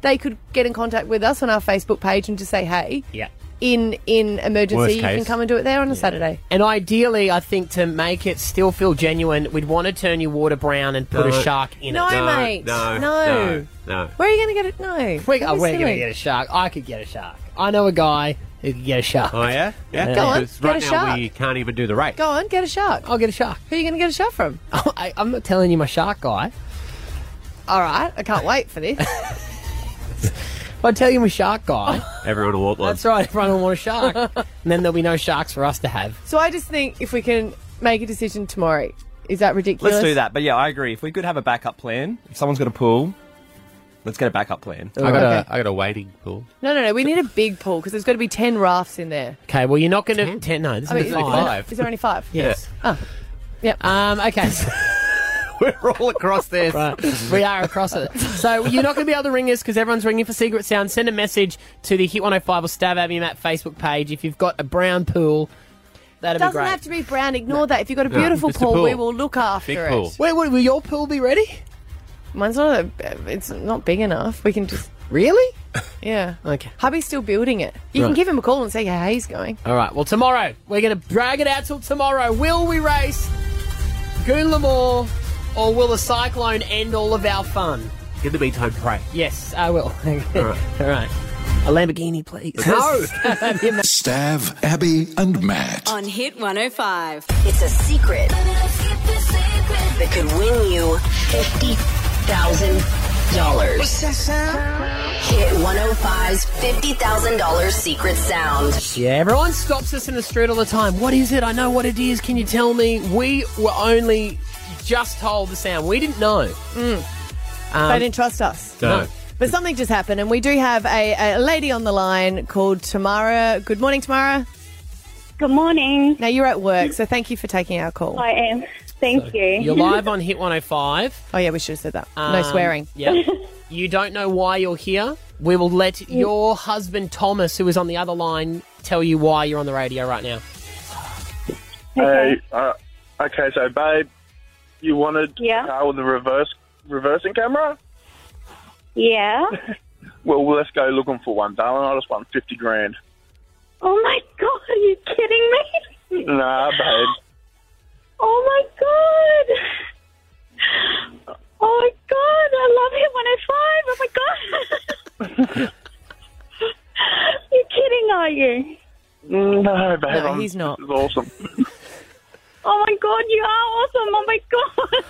[SPEAKER 2] they could get in contact with us on our Facebook page and just say, hey,
[SPEAKER 1] Yeah.
[SPEAKER 2] in in
[SPEAKER 1] Worst
[SPEAKER 2] emergency, you can
[SPEAKER 1] case.
[SPEAKER 2] come and do it there on a Saturday.
[SPEAKER 1] And ideally, I think to make it still feel genuine, we'd want to turn your water brown and put
[SPEAKER 3] No.
[SPEAKER 1] a shark in
[SPEAKER 2] No,
[SPEAKER 1] it.
[SPEAKER 2] mate.
[SPEAKER 3] No,
[SPEAKER 2] No.
[SPEAKER 3] no, no.
[SPEAKER 2] Where are you going to get it? No.
[SPEAKER 1] We,
[SPEAKER 2] Don't
[SPEAKER 1] oh,
[SPEAKER 2] be
[SPEAKER 1] we're going
[SPEAKER 2] silly.
[SPEAKER 1] to get a shark. I could get a shark. I know a guy who can get a shark.
[SPEAKER 3] Oh yeah, yeah.
[SPEAKER 2] Go on,
[SPEAKER 3] Because
[SPEAKER 2] get
[SPEAKER 3] right
[SPEAKER 2] a
[SPEAKER 3] now
[SPEAKER 2] shark.
[SPEAKER 3] we can't even do the rate.
[SPEAKER 2] Go on, get a shark. I'll get a shark. Who are you going to get a shark from?
[SPEAKER 1] I, I'm not telling you my shark guy.
[SPEAKER 2] All right, I can't wait for this.
[SPEAKER 1] If I tell you my shark guy,
[SPEAKER 3] everyone will want one.
[SPEAKER 1] That's right, everyone will want a shark, and then there'll be no sharks for us to have.
[SPEAKER 2] so I just think if we can make a decision tomorrow, is that ridiculous?
[SPEAKER 16] Let's do that. But yeah, I agree. If we could have a backup plan, if someone's got a pool, let's get a backup plan.
[SPEAKER 1] I got a- Okay.
[SPEAKER 3] I got a waiting pool.
[SPEAKER 2] No, no, no. We need a big pool because there's got to be ten rafts in there.
[SPEAKER 1] Okay, well you're not going to ten. No, this
[SPEAKER 2] I mean,
[SPEAKER 1] is
[SPEAKER 2] Oh, is,
[SPEAKER 1] five.
[SPEAKER 2] is there only five?
[SPEAKER 1] Yes.
[SPEAKER 2] Oh, yep.
[SPEAKER 1] Um, okay.
[SPEAKER 3] We're all across this.
[SPEAKER 1] We are across it. So you're not going to be able to ring us because everyone's ringing for secret sound. Send a message to the Hit 105 or Stab Abby Matt Facebook page if you've got a brown pool. That'd
[SPEAKER 2] doesn't
[SPEAKER 1] be great.
[SPEAKER 2] have to be brown. Ignore that. If you've got a
[SPEAKER 1] No,
[SPEAKER 2] beautiful
[SPEAKER 1] just a
[SPEAKER 2] pool,
[SPEAKER 1] pool.
[SPEAKER 2] we will look after it.
[SPEAKER 1] Wait, wait, will your pool be ready?
[SPEAKER 2] Mine's not. A, it's not big enough. We can just.
[SPEAKER 1] Really?
[SPEAKER 2] Yeah.
[SPEAKER 1] Okay.
[SPEAKER 2] Hubby's still building it. You can
[SPEAKER 1] Right.
[SPEAKER 2] give him a call and see how he's going.
[SPEAKER 1] All right. Well, tomorrow we're going to drag it out till tomorrow. Will we race Goonlamore, or will the cyclone end all of our fun?
[SPEAKER 3] In the meantime, pray.
[SPEAKER 1] Yes, I will.
[SPEAKER 3] All right.
[SPEAKER 1] All right. A Lamborghini, please.
[SPEAKER 4] Stav, Abby, and Matt.
[SPEAKER 5] On Hit 105.
[SPEAKER 14] It's a secret that could win you $50,000.
[SPEAKER 22] What's that
[SPEAKER 14] Hit 105's $50,000 secret sound.
[SPEAKER 1] Yeah, everyone stops us in the street all the time. What is it? I know what it is. Can you tell me? We were only just told the sound. We didn't know.
[SPEAKER 2] Mm.
[SPEAKER 1] Um,
[SPEAKER 2] they didn't trust us.
[SPEAKER 1] No.
[SPEAKER 2] But something just happened, and we do have a, a lady on the line called Tamara. Good morning, Tamara.
[SPEAKER 18] Good morning.
[SPEAKER 2] Now you're at work, so thank you for taking our call.
[SPEAKER 18] I am. Thank you.
[SPEAKER 1] You're live on Hit 105.
[SPEAKER 2] Oh, yeah, we should have said that. No swearing.
[SPEAKER 1] Um, Yeah. you don't know why you're here. We will let your husband, Thomas, who is on the other line, tell you why you're on the radio right now.
[SPEAKER 8] Hey, uh, okay, so babe, you wanted a car with a reverse reversing camera?
[SPEAKER 18] Yeah.
[SPEAKER 8] Well, let's go looking for one, darling. I just won fifty grand.
[SPEAKER 18] Oh my god, are you kidding me?
[SPEAKER 8] Nah, babe.
[SPEAKER 18] Oh my god. Oh my god, I love Hit 105. Oh my god. You're kidding, are you?
[SPEAKER 8] No, babe.
[SPEAKER 18] No,
[SPEAKER 8] I'm-
[SPEAKER 18] he's not.
[SPEAKER 8] This is awesome.
[SPEAKER 18] Oh my god, you are awesome. Oh my god.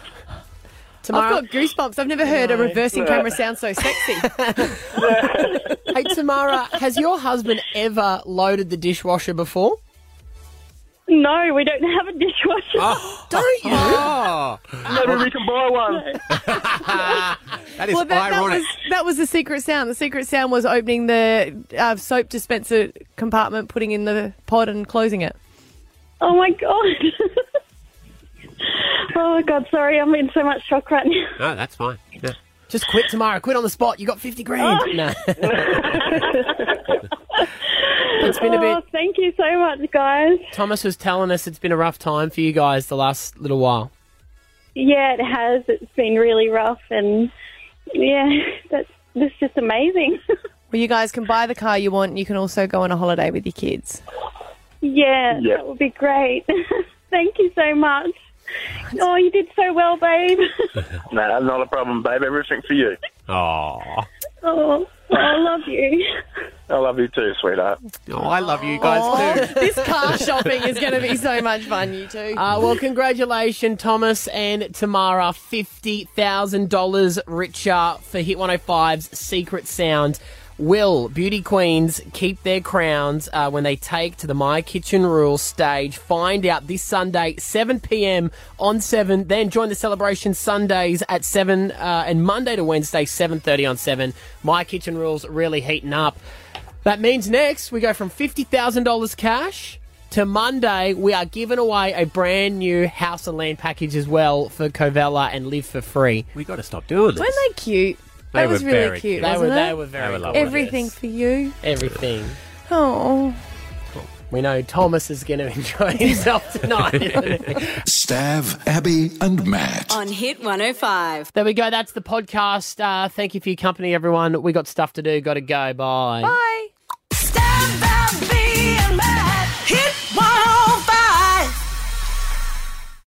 [SPEAKER 1] Tamara-
[SPEAKER 2] I've got goosebumps. I've never heard a
[SPEAKER 1] No.
[SPEAKER 2] reversing
[SPEAKER 1] Yeah.
[SPEAKER 2] camera sound so sexy.
[SPEAKER 1] hey, Tamara, has your husband ever loaded the dishwasher before?
[SPEAKER 18] No, we don't have a dishwasher.
[SPEAKER 1] Don't you?
[SPEAKER 8] Maybe we can buy one.
[SPEAKER 3] That
[SPEAKER 2] well, that, that was that was the secret sound. The secret sound was opening the uh, soap dispenser compartment, putting in the pod, and closing it.
[SPEAKER 18] Oh my god. oh my god, sorry, I'm in so much shock right now.
[SPEAKER 3] No, that's fine. Yeah.
[SPEAKER 1] Just quit tomorrow. Quit on the spot. You got 50 grand.
[SPEAKER 18] Oh.
[SPEAKER 1] No. it's been a
[SPEAKER 18] Oh,
[SPEAKER 1] bit.
[SPEAKER 18] thank you so much, guys.
[SPEAKER 1] Thomas was telling us it's been a rough time for you guys the last little while.
[SPEAKER 18] Yeah, it has. It's been really rough, and yeah, that's that's just amazing.
[SPEAKER 2] Well, you guys can buy the car you want. and You can also go on a holiday with your kids.
[SPEAKER 18] yeah,
[SPEAKER 2] Yeah.
[SPEAKER 18] that would be great. Thank you so much. Oh, you did so well, babe.
[SPEAKER 8] Nah, not a problem, babe. Everything for you.
[SPEAKER 3] Aww.
[SPEAKER 18] Oh, I love you.
[SPEAKER 8] I love you too, sweetheart.
[SPEAKER 3] Oh, I love you guys too.
[SPEAKER 2] Oh, this car shopping is going to be so much fun, you two.
[SPEAKER 1] Uh, well, congratulations, Thomas and Tamara. $50,000 richer for Hit 105's Secret Sound. Will beauty queens keep their crowns uh, when they take to the My Kitchen Rules stage? Find out this Sunday, 7 p.m. on 7. Then join the celebration Sundays at 7 uh, and Monday to Wednesday, 7.30 on 7. My Kitchen Rules really heating up. That means next we go from $50,000 cash to Monday. We are giving away a brand new house and land package as well for Covella and live for free.
[SPEAKER 3] We got to stop doing
[SPEAKER 2] Weren't they cute?
[SPEAKER 1] They
[SPEAKER 2] that was
[SPEAKER 1] were
[SPEAKER 2] really
[SPEAKER 1] very
[SPEAKER 2] cute.
[SPEAKER 1] cute. They
[SPEAKER 2] wasn't
[SPEAKER 1] were- they
[SPEAKER 2] it?
[SPEAKER 1] were very They were lovely.
[SPEAKER 2] Everything for you.
[SPEAKER 1] Everything.
[SPEAKER 2] Oh.
[SPEAKER 1] We know Thomas is going to enjoy himself tonight.
[SPEAKER 4] Stav, Abby, and Matt.
[SPEAKER 5] On Hit 105.
[SPEAKER 1] there we go. That's the podcast. Uh, thank you for your company, everyone. We got stuff to do. Got to go. Bye.
[SPEAKER 5] Bye.